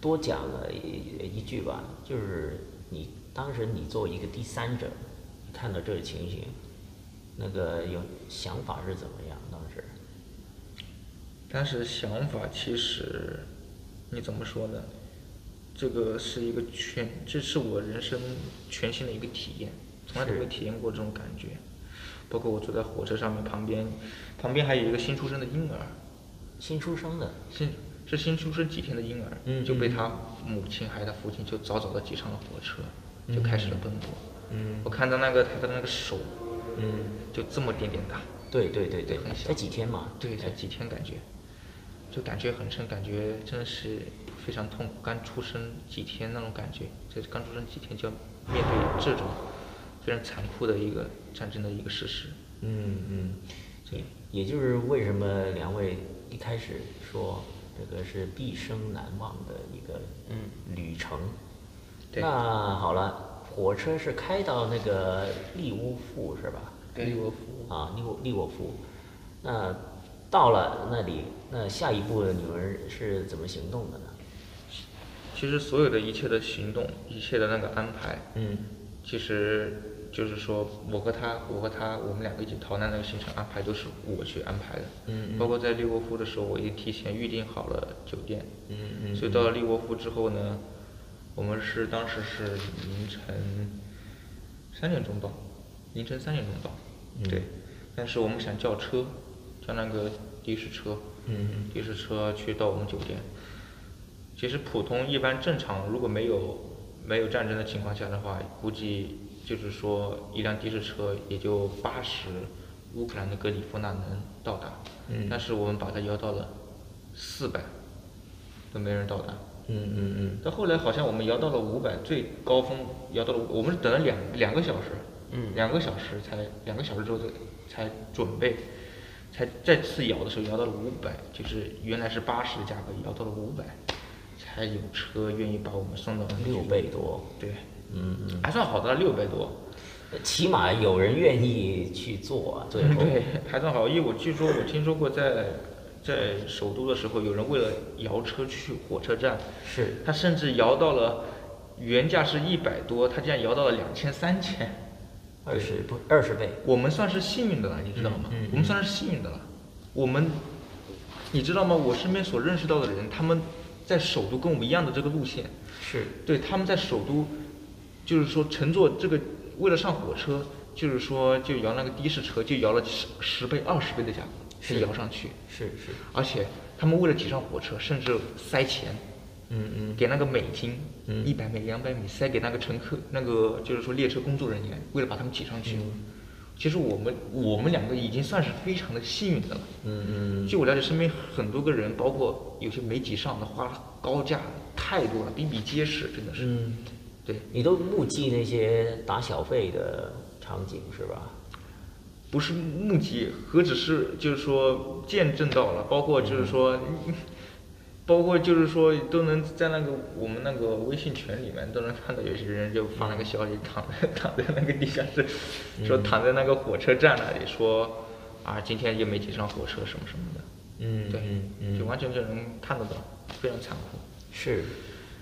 Speaker 1: 多讲了一一句吧，就是你当时你作为一个第三者，你看到这个情形，那个有想法是怎么样？当时，
Speaker 2: 但是想法其实，你怎么说呢？这个是一个全，这是我人生全新的一个体验，从来都没有体验过这种感觉。包括我坐在火车上面，旁边，旁边还有一个新出生的婴儿，
Speaker 1: 新出生的，
Speaker 2: 新是新出生几天的婴儿，
Speaker 1: 嗯
Speaker 2: 就被
Speaker 1: 嗯
Speaker 2: 他母亲还有他父亲就早早的挤上了火车，就开始了奔波。
Speaker 1: 嗯
Speaker 2: 我看到那个他的那个手，
Speaker 1: 嗯，
Speaker 2: 就这么点点大，
Speaker 1: 对对对对
Speaker 2: 很，小
Speaker 1: 才几天嘛，
Speaker 2: 对，才几天感觉，就感觉很深，感觉真的是非常痛苦。刚出生几天那种感觉，就是刚出生几天就要面对这种非常残酷的一个战争的一个事实。
Speaker 1: 嗯嗯，
Speaker 2: 对
Speaker 1: 也就是为什么两位一开始说这个是毕生难忘的一个旅程。
Speaker 2: 嗯对
Speaker 1: 那好了，火车是开到那个利乌夫是吧？
Speaker 2: 利沃夫，
Speaker 1: 啊，利沃利沃夫。那到了那里，那下一步你们是怎么行动的呢？
Speaker 2: 其实所有的一切的行动，一切的那个安排，
Speaker 1: 嗯
Speaker 2: 其实就是说，我和他，我和他，我们两个一起逃难那个行程安排都是我去安排的。
Speaker 1: 嗯嗯
Speaker 2: 包括在利沃夫的时候，我已经提前预定好了酒店。
Speaker 1: 嗯嗯
Speaker 2: 所以到了利沃夫之后呢，我们是当时是凌晨三点钟到，凌晨三点钟到。
Speaker 1: 嗯
Speaker 2: 对。但是我们想叫车，叫那个的士车。
Speaker 1: 嗯
Speaker 2: 的士车去到我们酒店。其实普通一般正常，如果没有没有战争的情况下的话，估计就是说一辆的士车也就八十乌克兰的格里夫纳能到达，
Speaker 1: 嗯
Speaker 2: 但是我们把它摇到了四百，都没人到达。
Speaker 1: 嗯嗯
Speaker 2: 到后来好像我们摇到了五百，最高峰摇到了500，我们是等了两两个小时，
Speaker 3: 嗯
Speaker 2: 两个小时才两个小时之后才才准备，才再次摇的时候摇到了五百，就是原来是八十的价格摇到了五百，才有车愿意把我们送到那
Speaker 1: 嗯，
Speaker 2: 个
Speaker 1: 六
Speaker 2: 地
Speaker 1: 倍多。
Speaker 2: 对，
Speaker 1: 嗯嗯。
Speaker 2: 还算好的六百多，
Speaker 1: 起码有人愿意去做啊，最后。
Speaker 2: 对， 还算好，因为我据说我听说过在在首都的时候，有人为了摇车去火车站，
Speaker 1: 是
Speaker 2: 他甚至摇到了原价是一百多，他竟然摇到了两千三千，
Speaker 1: 二十不二十倍，
Speaker 2: 我们算是幸运的了，你知道吗？
Speaker 1: 嗯嗯
Speaker 2: 我们算是幸运的了，我们，你知道吗？我身边所认识到的人，他们在首都跟我们一样的这个路线，
Speaker 1: 是
Speaker 2: 对，他们在首都，就是说乘坐这个为了上火车，就是说就摇那个的士车，就摇了十十倍、二十倍的价格，
Speaker 1: 是
Speaker 2: 才摇上去，
Speaker 1: 是是，
Speaker 2: 而且他们为了挤上火车，甚至塞钱。
Speaker 1: 嗯嗯
Speaker 2: 给那个美金，
Speaker 1: 嗯
Speaker 2: 一百美、两百美塞给那个乘客，那个就是说列车工作人员，为了把他们挤上
Speaker 1: 嗯
Speaker 2: 去。其实我们我们两个已经算是非常的幸运的了。
Speaker 1: 嗯嗯，
Speaker 2: 据我了解，身边很多个人，包括有些没挤上的，花了高价太多了，比比皆是，真的是。
Speaker 1: 嗯
Speaker 2: 对，
Speaker 1: 你都目击那些打小费的场景是吧？
Speaker 2: 不是目击，何止是就是说见证到了，包括就是说， 包括就是说都能在那个我们那个微信群里面都能看到有些人就发 那个消息，躺在躺在那个地下室，
Speaker 1: 嗯
Speaker 2: 说躺在那个火车站那里说啊今天又没挤上火车什么什么的，
Speaker 1: 嗯嗯
Speaker 2: 对，
Speaker 1: 嗯
Speaker 2: 就完全就能看得到，非常残酷。
Speaker 1: 是，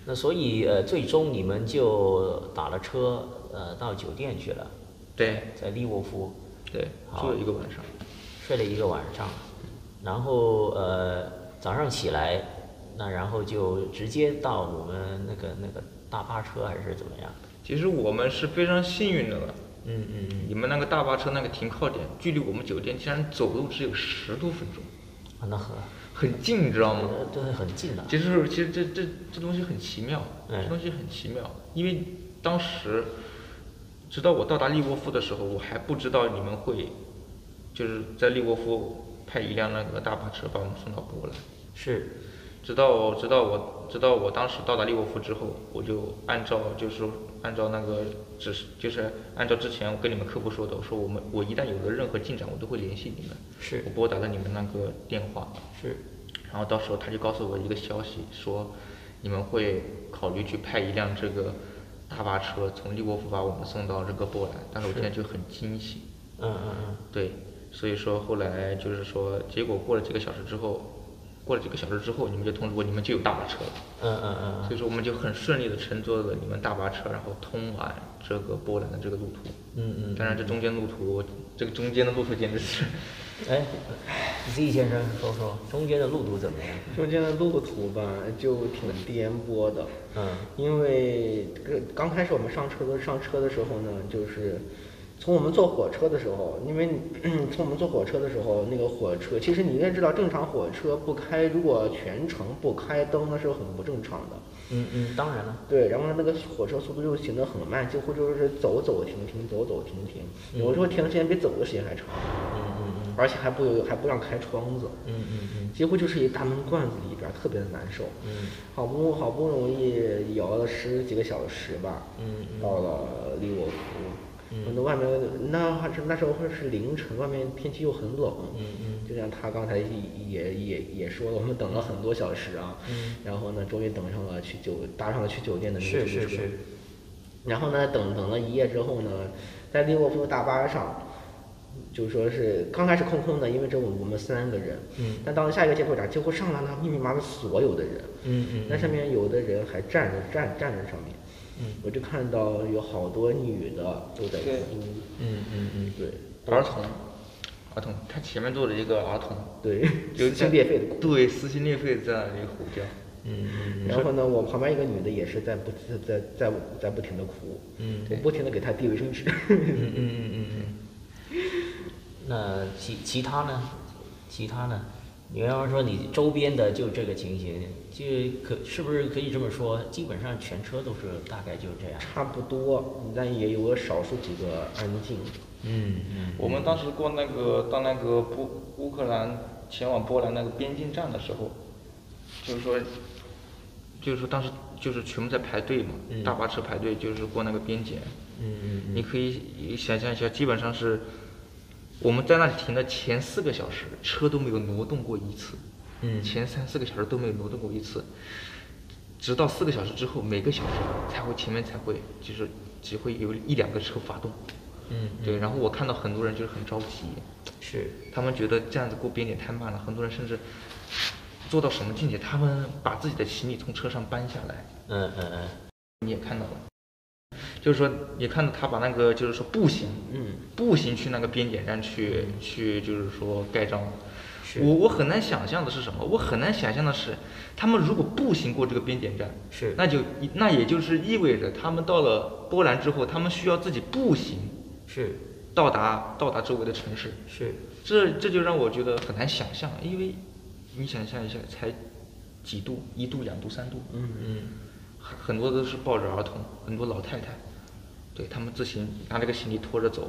Speaker 1: 那所以呃，最终你们就打了车呃到酒店去了，
Speaker 2: 对
Speaker 1: 在利沃夫
Speaker 2: 对，
Speaker 1: 好
Speaker 2: 住了一个晚上，
Speaker 1: 睡了一个晚上，然后呃早上起来，那然后就直接到我们那个那个大巴车还是怎么样？
Speaker 2: 其实我们是非常幸运的了。
Speaker 1: 嗯嗯嗯，
Speaker 2: 你们那个大巴车那个停靠点距离我们酒店竟然走路只有十多分钟，
Speaker 1: 啊那很
Speaker 2: 很近，你知道吗？
Speaker 1: 呃对，很近的。
Speaker 2: 其实其实这这这东西很奇妙，
Speaker 1: 嗯
Speaker 2: 这东西很奇妙，因为当时直到我到达利沃夫的时候，我还不知道你们会就是在利沃夫派一辆那个大巴车把我们送到波兰。
Speaker 1: 是，
Speaker 2: 直到直到我直到我当时到达利沃夫之后，我就按照就是说按照那个指示，就是按照之前我跟你们客服说的，我说我们我一旦有了任何进展，我都会联系你们。
Speaker 1: 是
Speaker 2: 我拨打了你们那个电话，
Speaker 1: 是，
Speaker 2: 然后到时候他就告诉我一个消息，说你们会考虑去派一辆这个大巴车从利沃夫把我们送到这个波兰，但是我
Speaker 1: 是
Speaker 2: 现在就很惊喜。
Speaker 1: 嗯嗯嗯，
Speaker 2: 对，所以说后来就是说，结果过了几个小时之后，过了几个小时之后，你们就通知我，你们就有大巴车了。
Speaker 1: 嗯嗯嗯
Speaker 2: 所以说我们就很顺利的乘坐了你们大巴车，然后通往这个波兰的这个路途。
Speaker 1: 嗯嗯
Speaker 2: 当然，这中间路途，这个中间的路途简直是，
Speaker 1: 嗯，哎，Z 先生说说中间的路途怎么样？
Speaker 3: 中间的路途吧，就挺颠簸的。
Speaker 1: 嗯
Speaker 3: 因为个刚开始我们上车的上车的时候呢，就是从我们坐火车的时候，因为你 从我们坐火车的时候，那个火车其实你应该知道，正常火车不开，如果全程不开灯，那是很不正常的。
Speaker 1: 嗯嗯，当然了，
Speaker 3: 对，然后它那个火车速度又行得很慢，几乎就是走走停停，走走停停，有的时候停的时间比走的时间还长，
Speaker 1: 嗯嗯嗯
Speaker 3: 而且还不还不让开窗子，
Speaker 1: 嗯嗯嗯
Speaker 3: 几乎就是一大闷罐子里边儿，特别的难受。
Speaker 1: 嗯
Speaker 3: 好不好不容易摇了十几个小时吧，
Speaker 1: 嗯嗯
Speaker 3: 到了利沃夫。那外面那还是那时候是凌晨，外面天气又很冷。
Speaker 1: 嗯嗯
Speaker 3: 就像他刚才也也也也说了，我们等了很多小时啊，
Speaker 1: 嗯
Speaker 3: 然后呢，终于等上了去酒搭上了去酒店的那
Speaker 1: 是
Speaker 3: 个出租车。
Speaker 1: 是是
Speaker 3: 然后呢，等等了一夜之后呢，在利沃夫的大巴上，就说是刚开始空空的，因为这我们我们三个人。
Speaker 1: 嗯
Speaker 3: 但到了下一个接口站，几乎上来了密密麻麻所有的人。
Speaker 1: 嗯嗯
Speaker 3: 那上面有的人还站着站站在上面。
Speaker 1: 嗯
Speaker 3: 我就看到有好多女的都在
Speaker 4: 对
Speaker 3: 哭。
Speaker 1: 嗯嗯嗯，
Speaker 3: 对
Speaker 2: 儿童，儿童，他前面坐着一个儿童，
Speaker 3: 对，
Speaker 2: 就
Speaker 3: 撕
Speaker 2: 在
Speaker 3: 心裂肺的哭。
Speaker 2: 对，撕心裂肺地在那里吼叫。
Speaker 1: 嗯嗯
Speaker 3: 然后呢，我旁边一个女的也是在不在在在在不停的哭，
Speaker 1: 嗯
Speaker 3: 我不停的给她递卫生纸。
Speaker 1: 嗯嗯嗯嗯那其其他呢？其他呢？你要是说你周边的就这个情形，就可是不是可以这么说？基本上全车都是大概就这样。
Speaker 3: 差不多，但也有少数几个安静。
Speaker 1: 嗯嗯
Speaker 2: 我们当时过那个到那个波乌克兰前往波兰那个边境站的时候，就是说，就是说当时就是全部在排队嘛，
Speaker 1: 嗯
Speaker 2: 大巴车排队就是过那个边检，
Speaker 1: 嗯嗯
Speaker 2: 你可以想象一下，基本上是我们在那里停的前四个小时，车都没有挪动过一次，
Speaker 1: 嗯
Speaker 2: 前三四个小时都没有挪动过一次，直到四个小时之后，每个小时才会前面才会就是只会有一两个车发动，
Speaker 1: 嗯
Speaker 2: 对，然后我看到很多人就是很着急，
Speaker 1: 是
Speaker 2: 他们觉得这样子过边检太慢了，很多人甚至做到什么境界，他们把自己的行李从车上搬下来，
Speaker 1: 嗯嗯嗯
Speaker 2: 你也看到了，就是说也看到他把那个就是说步行，
Speaker 3: 嗯，
Speaker 2: 步行去那个边检站去去就是说盖章。
Speaker 1: 是
Speaker 2: 我我很难想象的是什么？我很难想象的是，他们如果步行过这个边检站，
Speaker 1: 是
Speaker 2: 那就那也就是意味着他们到了波兰之后，他们需要自己步行
Speaker 1: 是
Speaker 2: 到达到达周围的城市。
Speaker 1: 是
Speaker 2: 这这就让我觉得很难想象，因为你想象一下，才几度，一度、两度、三度，
Speaker 3: 嗯
Speaker 1: 嗯
Speaker 2: 很很多都是抱着儿童，很多老太太，对他们自行拿着个行李拖着走，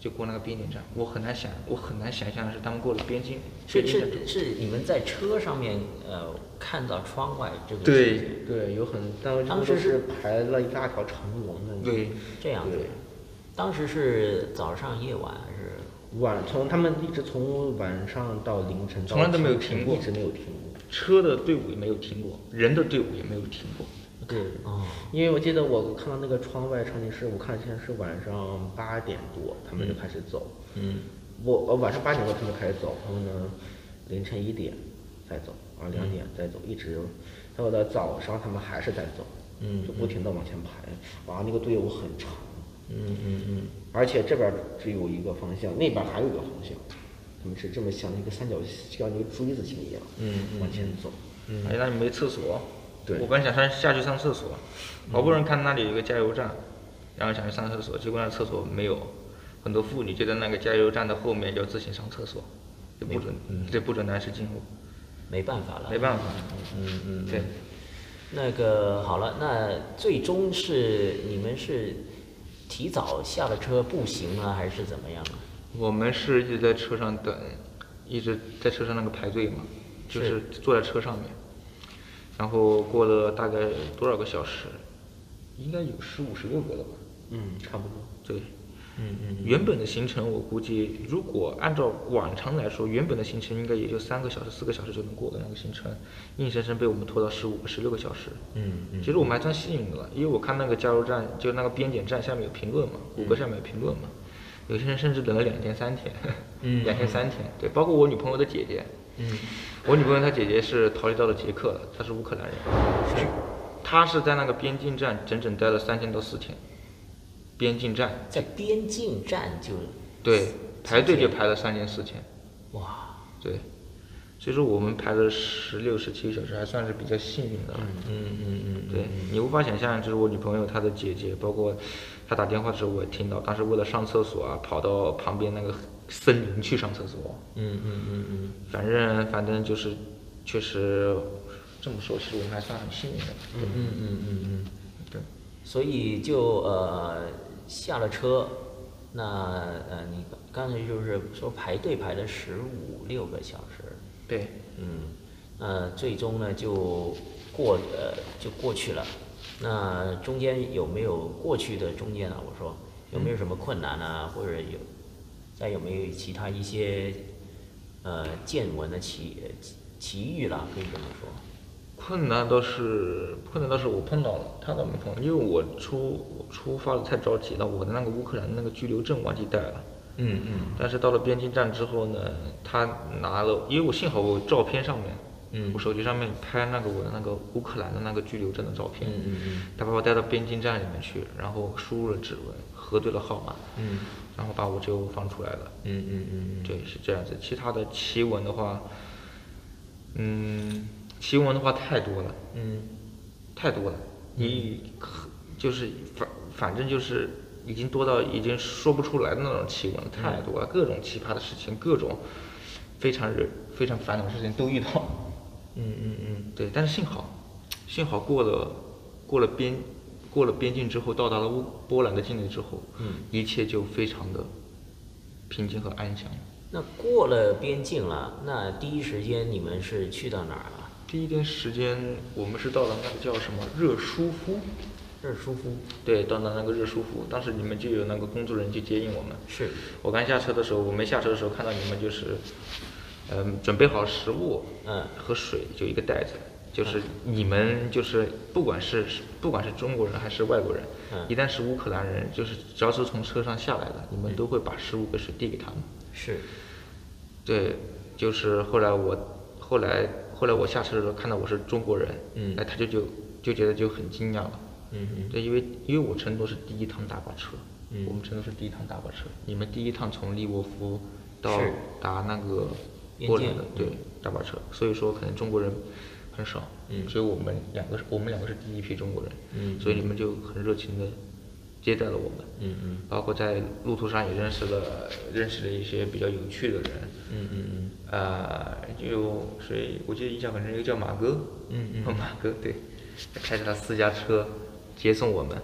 Speaker 2: 就过那个边检站。我很难想，我很难想象的是他们过了边境，
Speaker 1: 是
Speaker 2: 边
Speaker 1: 是
Speaker 2: 境
Speaker 1: 是你们在车上面呃看到窗外这个情
Speaker 2: 对
Speaker 1: 景
Speaker 3: 对，有很，当
Speaker 1: 当
Speaker 3: 时
Speaker 1: 时
Speaker 3: 就是是排了一大条长龙的。
Speaker 2: 对，
Speaker 1: 这样子
Speaker 3: 对。
Speaker 1: 当时是早上夜晚还是？
Speaker 3: 晚从他们一直从晚上到凌晨，到
Speaker 2: 从来都没有
Speaker 3: 清晨
Speaker 2: 停过
Speaker 3: 一直没有停过。
Speaker 2: 车的队伍也没有停过，人的队伍也没有停过。
Speaker 3: 对，
Speaker 1: 哦，
Speaker 3: 因为我记得我看到那个窗外场景是，我看现在是晚上八点多，他们就开始走。
Speaker 1: 嗯
Speaker 3: 我呃晚上八点多他们就开始走，然后呢凌晨一点再走，啊
Speaker 1: 嗯
Speaker 3: 两点再走，一直到了早上他们还是在走，
Speaker 1: 嗯
Speaker 3: 就不停的往前排，哇那个队伍很长，
Speaker 1: 嗯嗯嗯，
Speaker 3: 而且这边儿只有一个方向，那边儿还有一个方向，他们是这么像一个三角形，像一个锥子形一样，
Speaker 1: 嗯嗯
Speaker 3: 往前走，
Speaker 2: 哎，那你没厕所？
Speaker 3: 对
Speaker 2: 我本想上下去上厕所，好不容易看那里有个加油站，然后想去上厕所，结果那厕所没有，很多妇嗯女就在那个加油站的后面就自行上厕所，就不准，对不准男士进入。
Speaker 1: 没办法了。
Speaker 2: 没办法，
Speaker 1: 嗯嗯，
Speaker 2: 对。
Speaker 1: 那个好了，那最终是你们是提早下了车步行啊，还是怎么样啊？
Speaker 2: 我们是一直在车上等，一直在车上那个排队嘛，就是是坐在车上面，然后过了大概多少个小时，应该有十五十六个了吧？
Speaker 3: 嗯，差不多。
Speaker 2: 对，
Speaker 1: 嗯嗯
Speaker 2: 原本的行程我估计，如果按照往常来说，原本的行程应该也就三个小时、四个小时就能过的那个行程，硬生生被我们拖到十五、十六个小时。
Speaker 1: 嗯嗯
Speaker 2: 其实我们还算幸运的了，因为我看那个加油站，就那个边检站下面有评论嘛，谷歌下面有评论嘛，有些人甚至等了两天、三天，
Speaker 1: 嗯
Speaker 2: 两天、三天，对，包括我女朋友的姐姐，
Speaker 1: 嗯，
Speaker 2: 我女朋友她姐姐是逃离到了捷克的，她是乌克兰人，
Speaker 1: 是
Speaker 2: 她是在那个边境站整整待了三天到四天，边境站，
Speaker 1: 在边境站就
Speaker 2: 对，排队就排了三天四天，
Speaker 1: 哇，
Speaker 2: 对，所以说我们排了十六十七个小时，还算是比较幸运的了。
Speaker 1: 嗯嗯嗯，
Speaker 2: 对你无法想象，就是我女朋友她的姐姐，包括她打电话的时候，我也听到，当时为了上厕所啊，跑到旁边那个森林去上厕所。
Speaker 1: 嗯嗯嗯嗯，
Speaker 2: 反正反正就是，确实这么说，其实我们还算很幸运的。
Speaker 1: 嗯嗯嗯嗯嗯，
Speaker 2: 对，
Speaker 1: 所以就呃下了车，那呃你刚才就是说排队排了十五六个小时，
Speaker 2: 对，
Speaker 1: 嗯，那最终呢就过呃就过去了。那中间有没有过去的中间啊？我说有没有什么困难啊？或者有再有没有其他一些呃见闻的奇呃奇奇遇啦？可以这么说。
Speaker 2: 困难倒是困难倒是我碰到了，他倒没碰到，因为我出我出发的太着急了，我的那个乌克兰的那个居留证忘记带了。
Speaker 1: 嗯嗯
Speaker 2: 但是到了边境站之后呢，他拿了，因为我幸好我照片上面，
Speaker 1: 嗯
Speaker 2: 我手机上面拍那个我的那个乌克兰的那个居留证的照片，
Speaker 1: 嗯嗯嗯
Speaker 2: 他把我带到边境站里面去，然后输入了指纹，核对了号码，
Speaker 1: 嗯
Speaker 2: 然后把我就放出来了。
Speaker 1: 嗯嗯嗯
Speaker 2: 对，是这样子。其他的奇闻的话，嗯，奇闻的话太多了，
Speaker 1: 嗯
Speaker 2: 太多了，你可就是反反正就是已经多到已经说不出来的那种奇闻了太
Speaker 1: 嗯
Speaker 2: 多了，各种奇葩的事情，各种非常惹非常烦恼的事情都遇到。
Speaker 1: 嗯嗯嗯
Speaker 2: 对，但是幸好，幸好过了过了边过了边境之后，到达了乌波兰的境内之后，
Speaker 1: 嗯
Speaker 2: 一切就非常的平静和安详。
Speaker 1: 那过了边境了，那第一时间你们是去到哪儿了？
Speaker 2: 第一天时间，我们是到了那个叫什么热舒夫，
Speaker 1: 热舒夫
Speaker 2: 对，到了那个热舒夫，当时你们就有那个工作人员去接应我们。
Speaker 1: 是
Speaker 2: 我刚下车的时候，我没下车的时候看到你们就是，嗯、准备好食物，
Speaker 1: 嗯
Speaker 2: 和水就一个袋子，就是你们就是不管是不管是中国人还是外国人，
Speaker 1: 嗯
Speaker 2: 一旦是乌克兰人，就是只要是从车上下来的，你
Speaker 1: 嗯
Speaker 2: 们都会把食物跟水递给他们。
Speaker 1: 是
Speaker 2: 对，就是后来我后来后来我下车的时候看到我是中国人，
Speaker 1: 嗯
Speaker 2: 哎，他就就就觉得就很惊讶了。
Speaker 1: 嗯嗯
Speaker 2: 对，因为因为我乘坐是第一趟大巴车，
Speaker 1: 嗯
Speaker 2: 我们乘坐是第一趟大巴车，你们第一趟从利沃夫到
Speaker 1: 是
Speaker 2: 达那个
Speaker 1: 边嗯
Speaker 2: 波兰
Speaker 1: 境
Speaker 2: 的对大巴车，所以说可能中国人很少，
Speaker 1: 嗯
Speaker 2: 所以我们两个是我们两个是第一批中国人，
Speaker 1: 嗯
Speaker 2: 所以你们就很热情的接待了我们，
Speaker 1: 嗯嗯
Speaker 2: 包括在路途上也认识了认识了一些比较有趣的人，
Speaker 1: 嗯嗯嗯。
Speaker 2: 呃，有谁？我记得印象很深，一个叫马哥，
Speaker 1: 嗯嗯
Speaker 2: 马哥对，他开着他私家车接送我们。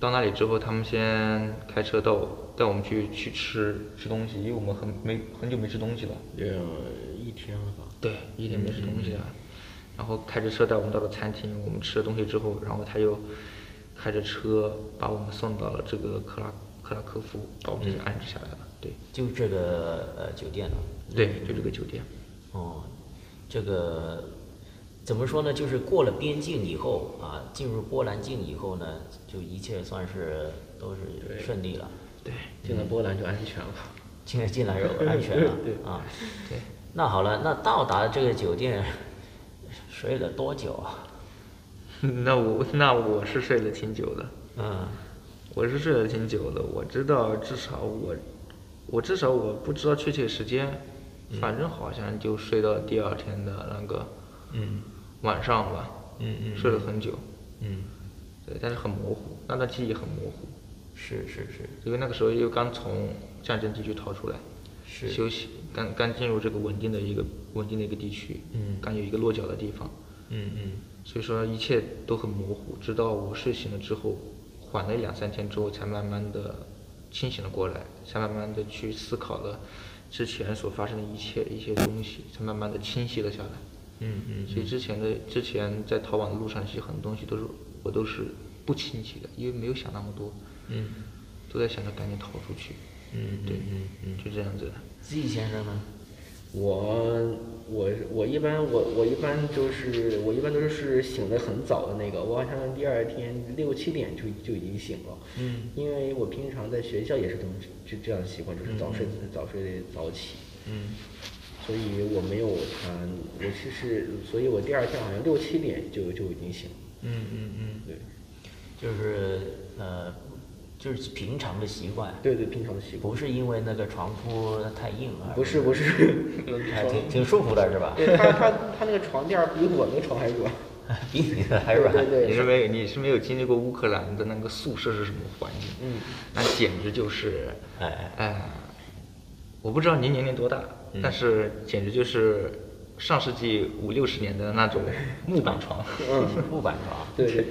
Speaker 2: 到那里之后，他们先开车到带我们去去吃吃东西，因为我们很没很久没吃东西了。
Speaker 3: 也一天了吧？
Speaker 2: 对，一点没吃东西啊。然后开着车带我们到了餐厅，我们吃了东西之后，然后他又开着车把我们送到了这个克拉克拉科夫，把我们给安置下来了。对，
Speaker 1: 就这个呃酒店了。
Speaker 2: 对，就这个酒店。
Speaker 1: 哦，这个怎么说呢？就是过了边境以后啊，进入波兰境以后呢，就一切算是都是顺利了，
Speaker 2: 对，
Speaker 3: 进了波兰就安全了。
Speaker 1: 进来进来有安全 了啊。
Speaker 2: 对。
Speaker 1: 那好了，那到达这个酒店睡了多久啊？
Speaker 2: 那我那我是睡了挺久的，
Speaker 1: 嗯
Speaker 2: 我是睡了挺久的。我知道，至少我，我至少我不知道确切时间，反正好像就睡到第二天的那个
Speaker 1: 嗯
Speaker 2: 晚上吧，
Speaker 1: 嗯嗯
Speaker 2: 睡了很久，
Speaker 1: 嗯，
Speaker 2: 对，但是很模糊，那段记忆很模糊，
Speaker 1: 是是是，
Speaker 2: 因为那个时候又刚从战争地区逃出来，
Speaker 1: 是
Speaker 2: 休息，刚刚进入这个稳定的一个稳定的一个地区，
Speaker 1: 嗯
Speaker 2: 刚有一个落脚的地方，
Speaker 1: 嗯嗯
Speaker 2: 所以说一切都很模糊。直到我睡醒了之后，缓了两三天之后，才慢慢的清醒了过来，才慢慢的去思考了之前所发生的一切一些东西，才慢慢的清晰了下来。
Speaker 1: 嗯嗯
Speaker 2: 所以之前的之前在逃亡的路上，其实很多东西都是我都是不清晰的，因为没有想那么多，
Speaker 1: 嗯
Speaker 2: 都在想着赶紧逃出去。
Speaker 1: 嗯
Speaker 2: 对，
Speaker 1: 嗯嗯
Speaker 2: 就这样子的。
Speaker 3: Z 先生呢？我我我一般我我一般就是我一般都是醒得很早的那个，我好像第二天六七点就就已经醒了。
Speaker 1: 嗯，
Speaker 3: 因为我平常在学校也是这么就这样的习惯，就是早睡、早睡早起。
Speaker 1: 嗯
Speaker 3: 所以我没有谈，我其实，所以我第二天好像六七点就就已经醒了。
Speaker 1: 嗯嗯嗯，
Speaker 3: 对，
Speaker 1: 就是呃，就是平常的习惯，
Speaker 3: 对对，平常的习惯。
Speaker 1: 不是因为那个床铺太硬啊，
Speaker 3: 不是不是，
Speaker 1: 还挺挺舒服的是吧？
Speaker 3: 对他他他那个床垫儿比我那个床还软。
Speaker 1: 比你的还软。
Speaker 3: 对对
Speaker 2: 你是没有，你是没有经历过乌克兰的那个宿舍是什么环境？
Speaker 3: 嗯，
Speaker 2: 那简直就是，
Speaker 1: 哎
Speaker 2: 哎，我不知道您年龄多大，
Speaker 1: 嗯
Speaker 2: 但是简直就是上世纪五六十年的那 种木板床。
Speaker 1: 嗯，木板床。
Speaker 3: 对对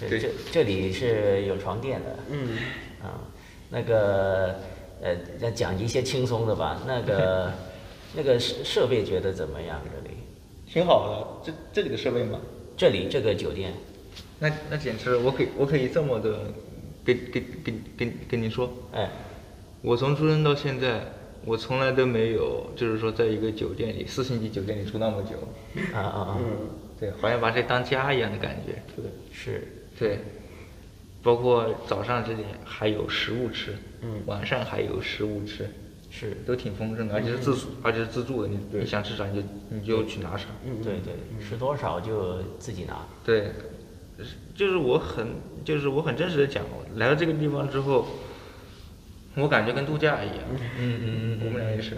Speaker 3: 对，
Speaker 1: 这这这里是有床垫的。
Speaker 3: 嗯，
Speaker 1: 啊，那个呃，再讲一些轻松的吧。那 个那个设设备觉得怎么样？这里
Speaker 2: 挺好的，这这里的设备嘛，
Speaker 1: 这里这个酒店，
Speaker 2: 那那简直我可以我可以这么的跟跟跟跟跟您说，
Speaker 1: 哎，
Speaker 2: 我从出生到现在，我从来都没有就是说在一个酒店里四星级酒店里住那么久，
Speaker 1: 啊啊啊，
Speaker 2: 对，好像把这当家一样的感觉。
Speaker 3: 对，
Speaker 1: 是，
Speaker 2: 对，包括早上这里还有食物吃，
Speaker 3: 嗯
Speaker 2: 晚上还有食物吃，
Speaker 1: 是
Speaker 2: 都挺丰盛的，而且是自助，而且是自助的，你
Speaker 3: 嗯对
Speaker 2: 你想吃啥你就你就去拿啥。
Speaker 3: 嗯
Speaker 1: 对对，是多少就自己拿。
Speaker 2: 对，是就是我很就是我很真实的讲，我来到这个地方之后，我感觉跟度假一样。
Speaker 1: 嗯嗯
Speaker 2: 我们俩也是。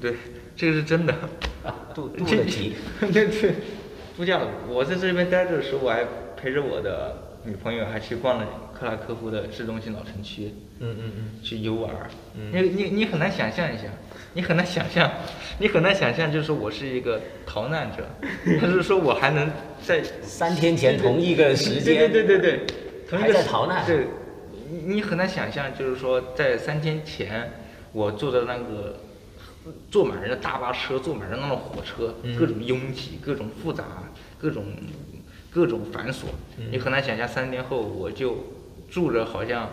Speaker 2: 对，这个是 真的。啊
Speaker 1: 度度得急
Speaker 2: 对对，度假。我在这边待着的时候，我还陪着我的女朋友，还去逛了克拉科夫的市中心老城区，
Speaker 1: 嗯嗯嗯
Speaker 2: 去游玩儿。
Speaker 1: 嗯
Speaker 2: 你你你很难想象一下，你很难想象，你很难想象，就是我是一个逃难 者，但是说我还能在
Speaker 1: 三天前同一个时间
Speaker 2: 对对对对对，同一个
Speaker 1: 还在
Speaker 2: 时
Speaker 1: 逃难啊
Speaker 2: 对，你你很难想象，就是说在三天前，我坐的那个坐满人的大巴车，坐满人那种火车，
Speaker 1: 嗯
Speaker 2: 各种拥挤，各种复杂，各种各种繁琐，
Speaker 1: 嗯
Speaker 2: 你很难想象三天后我就住着好像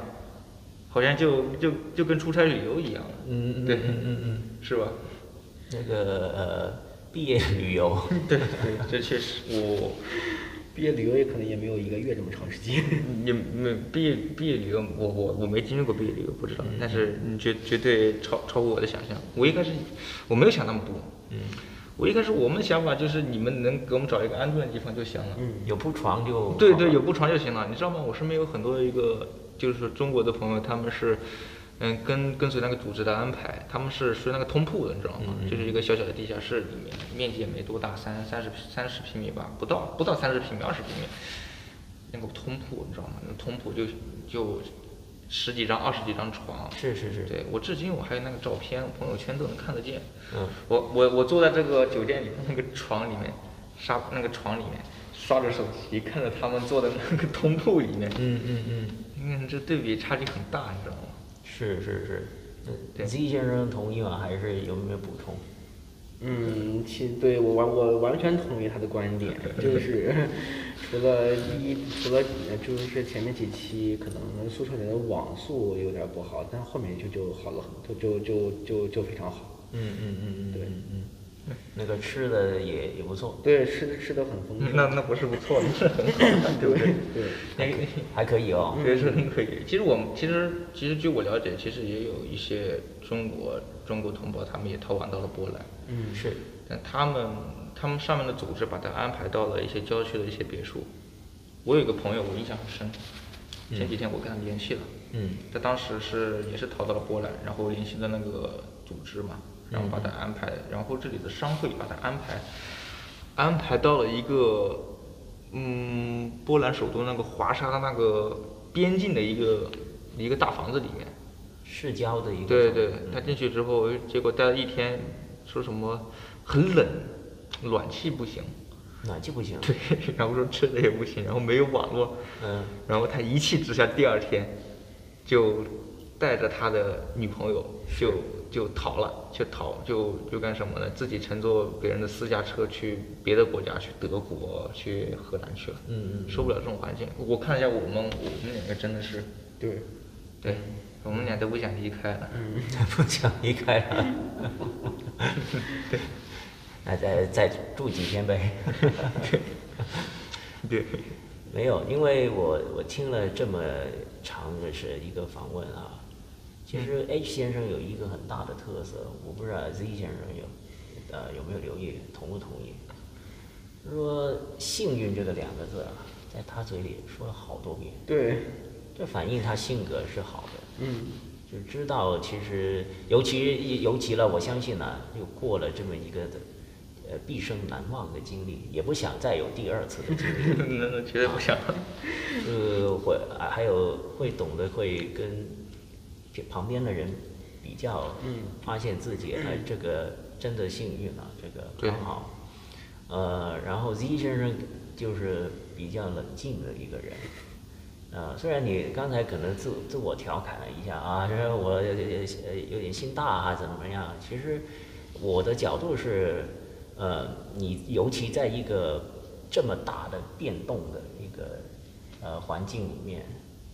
Speaker 2: 好像就就就跟出差旅游一样了，
Speaker 1: 嗯嗯
Speaker 2: 对，
Speaker 1: 嗯嗯嗯，
Speaker 2: 是吧？
Speaker 1: 那个呃毕业旅游，
Speaker 2: 对对，这确实我。
Speaker 3: 毕业旅游也可能也没有一个月这么长时间。
Speaker 2: 你没毕业毕业旅游，我我我没经历过毕业旅游，不知道，但是你绝绝对超超过我的想象。我一开始我没有想那么多，
Speaker 1: 嗯，
Speaker 2: 我一开始我们的想法就是你们能给我们找一个安顿的地方就行了。
Speaker 3: 嗯
Speaker 1: 有铺床就好
Speaker 2: 对
Speaker 1: 了
Speaker 2: 对，有布床就行了，你知道吗？我身边有很多一个就是说中国的朋友，他们是嗯跟跟随那个组织的安排，他们是睡那个通铺的，你知道吗？
Speaker 1: 嗯嗯
Speaker 2: 就是一个小小的地下室里面，面积也没多大，三三十三十平米吧，不到不到三十平米，二十平米，那个通铺你知道吗？那通铺就就十几张二十几张床，
Speaker 1: 是是是，
Speaker 2: 对我至今我还有那个照片，我朋友圈都能看得见。
Speaker 1: 嗯
Speaker 2: 我我我坐在这个酒店里面那个床里面，沙那个床里面刷着手机，看着他们坐的那个通铺里面，
Speaker 1: 嗯嗯嗯，
Speaker 2: 你看这对比差距很大，你知道吗？
Speaker 1: 是是是。那
Speaker 2: 对
Speaker 1: Z 先生同意吗？还是有没有补充？
Speaker 3: 嗯，其实对我完我完全同意他的观点，就是 除了第一，除了呃就是前面几期可能宿舍里的网速有点不好，但后面就就好了很多，就就就就就非常好。
Speaker 1: 嗯嗯嗯
Speaker 3: 对
Speaker 1: 嗯嗯嗯，那个吃的也也不错，
Speaker 3: 对，吃的吃的很丰盛。
Speaker 2: 嗯那那不是不错的，是 很好的，对不 对？
Speaker 3: 对，
Speaker 2: 那个。
Speaker 1: 还可以哦。
Speaker 2: 所以说可以。其实我们其实其实据我了解，其实也有一些中国中国同胞，他们也逃亡到了波兰。
Speaker 3: 嗯，
Speaker 1: 是，
Speaker 2: 但他们他们上面的组织把他安排到了一些郊区的一些别墅。我有一个朋友，我印象很深，前几天我跟他联系了，
Speaker 1: 嗯
Speaker 2: 他当时是也是逃到了波兰，然后联系的那个组织嘛，然后把他安排，然后这里的商会把他安排安排到了一个嗯波兰首都那个华沙的那个边境的一个一个大房子里面，
Speaker 1: 市郊的一个
Speaker 2: 对
Speaker 1: 什么
Speaker 2: 对，
Speaker 1: 嗯
Speaker 2: 他进去之后，哎结果待了一天，说什么很冷，暖气不行，
Speaker 1: 暖气不行，
Speaker 2: 对，然后说吃的也不行，然后没有网络，
Speaker 1: 嗯，
Speaker 2: 然后他一气之下，第二天就带着他的女朋友就就逃了，就逃就就干什么呢？自己乘坐别人的私家车去别的国家，去德国、去荷兰去了。
Speaker 1: 嗯嗯嗯
Speaker 2: 受不了这种环境。我看了一下我们，我们两个真的是，
Speaker 3: 对，
Speaker 2: 对，我们俩都不想离开了。
Speaker 1: 嗯不想离开了。 那再再住几天呗。
Speaker 2: 对，
Speaker 1: 没有，因为我我听了这么长的是一个访问啊，其实 H 先生有一个很大的特色，我不知道 Z 先生有呃有没有留意，同不同意？说幸运这个两个字啊，在他嘴里说了好多遍，
Speaker 3: 对，
Speaker 1: 这反映他性格是好的。
Speaker 3: 嗯，
Speaker 1: 就知道其实，尤其尤其了，我相信呢、又过了这么一个的，呃，毕生难忘的经历，也不想再有第二次的经历。
Speaker 2: 那那绝对不想。
Speaker 1: 呃，会啊还有会懂得会跟旁边的人比较，
Speaker 3: 嗯，
Speaker 1: 发现自己哎这个真的幸运啊，这
Speaker 2: 对
Speaker 1: 个刚好。呃，然后 Z 先生就是比较冷静的一个人。呃，虽然你刚才可能自自我调侃了一下啊，就是我有点呃有点心大啊，怎么怎么样？其实我的角度是，呃，你尤其在一个这么大的变动的一个呃环境里面，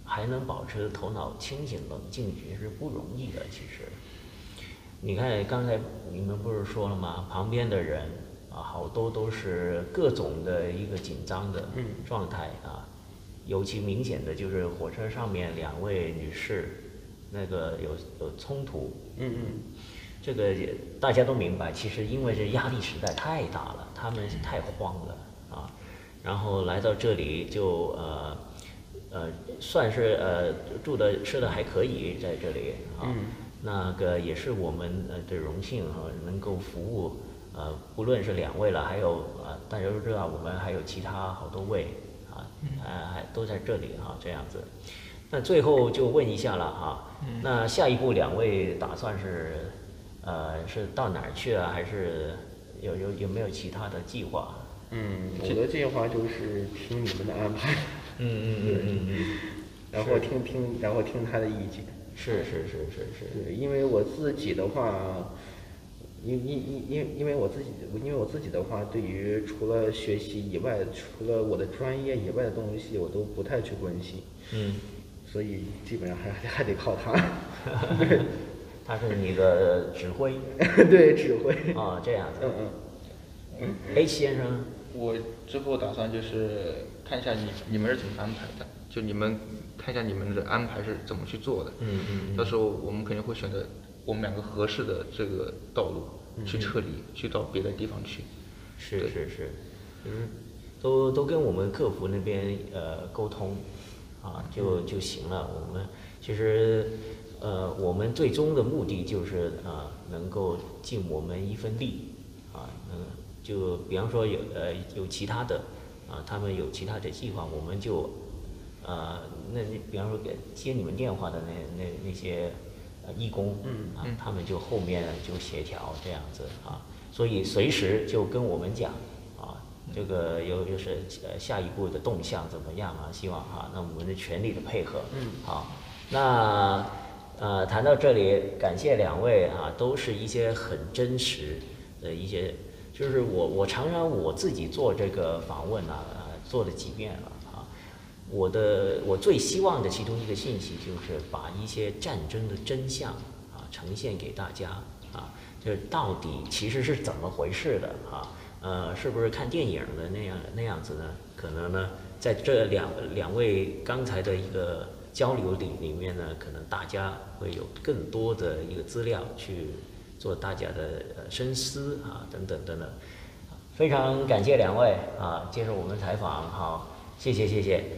Speaker 1: 还能保持头脑清醒冷静，其实不容易的。其实，你看刚才你们不是说了吗？旁边的人啊，好多都是各种的一个紧张的
Speaker 3: 嗯
Speaker 1: 状态啊。尤其明显的就是火车上面两位女士，那个有有冲突，
Speaker 3: 嗯
Speaker 1: 这个也大家都明白，其实因为这压力实在太大了，他们太慌了啊，然后来到这里就呃呃算是呃住的吃的还可以在这里啊，
Speaker 3: 嗯
Speaker 1: 那个也是我们呃的荣幸哈、能够服务呃不论是两位了，还有呃大家都知道我们还有其他好多位啊，呃还都在这里哈、这样子，那最后就问一下了哈、那下一步两位打算是，呃，是到哪儿去啊？还是有有有没有其他的计划？
Speaker 3: 嗯嗯，我的计划就是听你们的安排，
Speaker 1: 嗯嗯嗯嗯
Speaker 3: 然后听听，然后听他的意见。
Speaker 1: 嗯，是是是是是，
Speaker 3: 对，因为我自己的话，因因因因因为我自己，因为我自己的话，对于除了学习以外，除了我的专业以外的东西，我都不太去关心，
Speaker 1: 嗯，
Speaker 3: 所以基本上还还得靠他， 对
Speaker 1: 他是你的指挥
Speaker 3: 对指挥，
Speaker 1: 啊，这样
Speaker 3: 嗯
Speaker 1: 子。
Speaker 3: 嗯，
Speaker 1: H 先生，
Speaker 2: 我之后打算就是看一下你你们是怎么安排的，就你们看一下你们的安排是怎么去做的。
Speaker 1: 嗯嗯嗯
Speaker 2: 到时候我们肯定会选择我们两个合适的这个道路去撤离，去到别的地方去。
Speaker 1: 是
Speaker 2: 对
Speaker 1: 是是，嗯，都都跟我们客服那边呃沟通，啊就就行了。我们其实呃我们最终的目的就是啊、能够尽我们一份力，啊嗯就比方说有呃有其他的啊他们有其他的计划，我们就呃那那比方说给接你们电话的那那那些。呃义工，
Speaker 3: 嗯
Speaker 1: 啊
Speaker 2: 嗯，
Speaker 1: 他们就后面就协调这样子啊，所以随时就跟我们讲啊，这个有就是呃下一步的动向怎么样啊？希望啊，那我们的全力的配合，
Speaker 3: 嗯
Speaker 1: 好，那呃谈到这里，感谢两位啊，都是一些很真实的一些，就是我我常常我自己做这个访问啊，呃做了几遍了啊，我的我最希望的其中一个信息就是把一些战争的真相啊呈现给大家啊，就是到底其实是怎么回事的啊？呃，是不是看电影的那样那样子呢？可能呢，在这两两位刚才的一个交流里里面呢，可能大家会有更多的一个资料去做大家的呃深思啊，等等等等。非常感谢两位啊，接受我们采访，好，谢谢谢谢。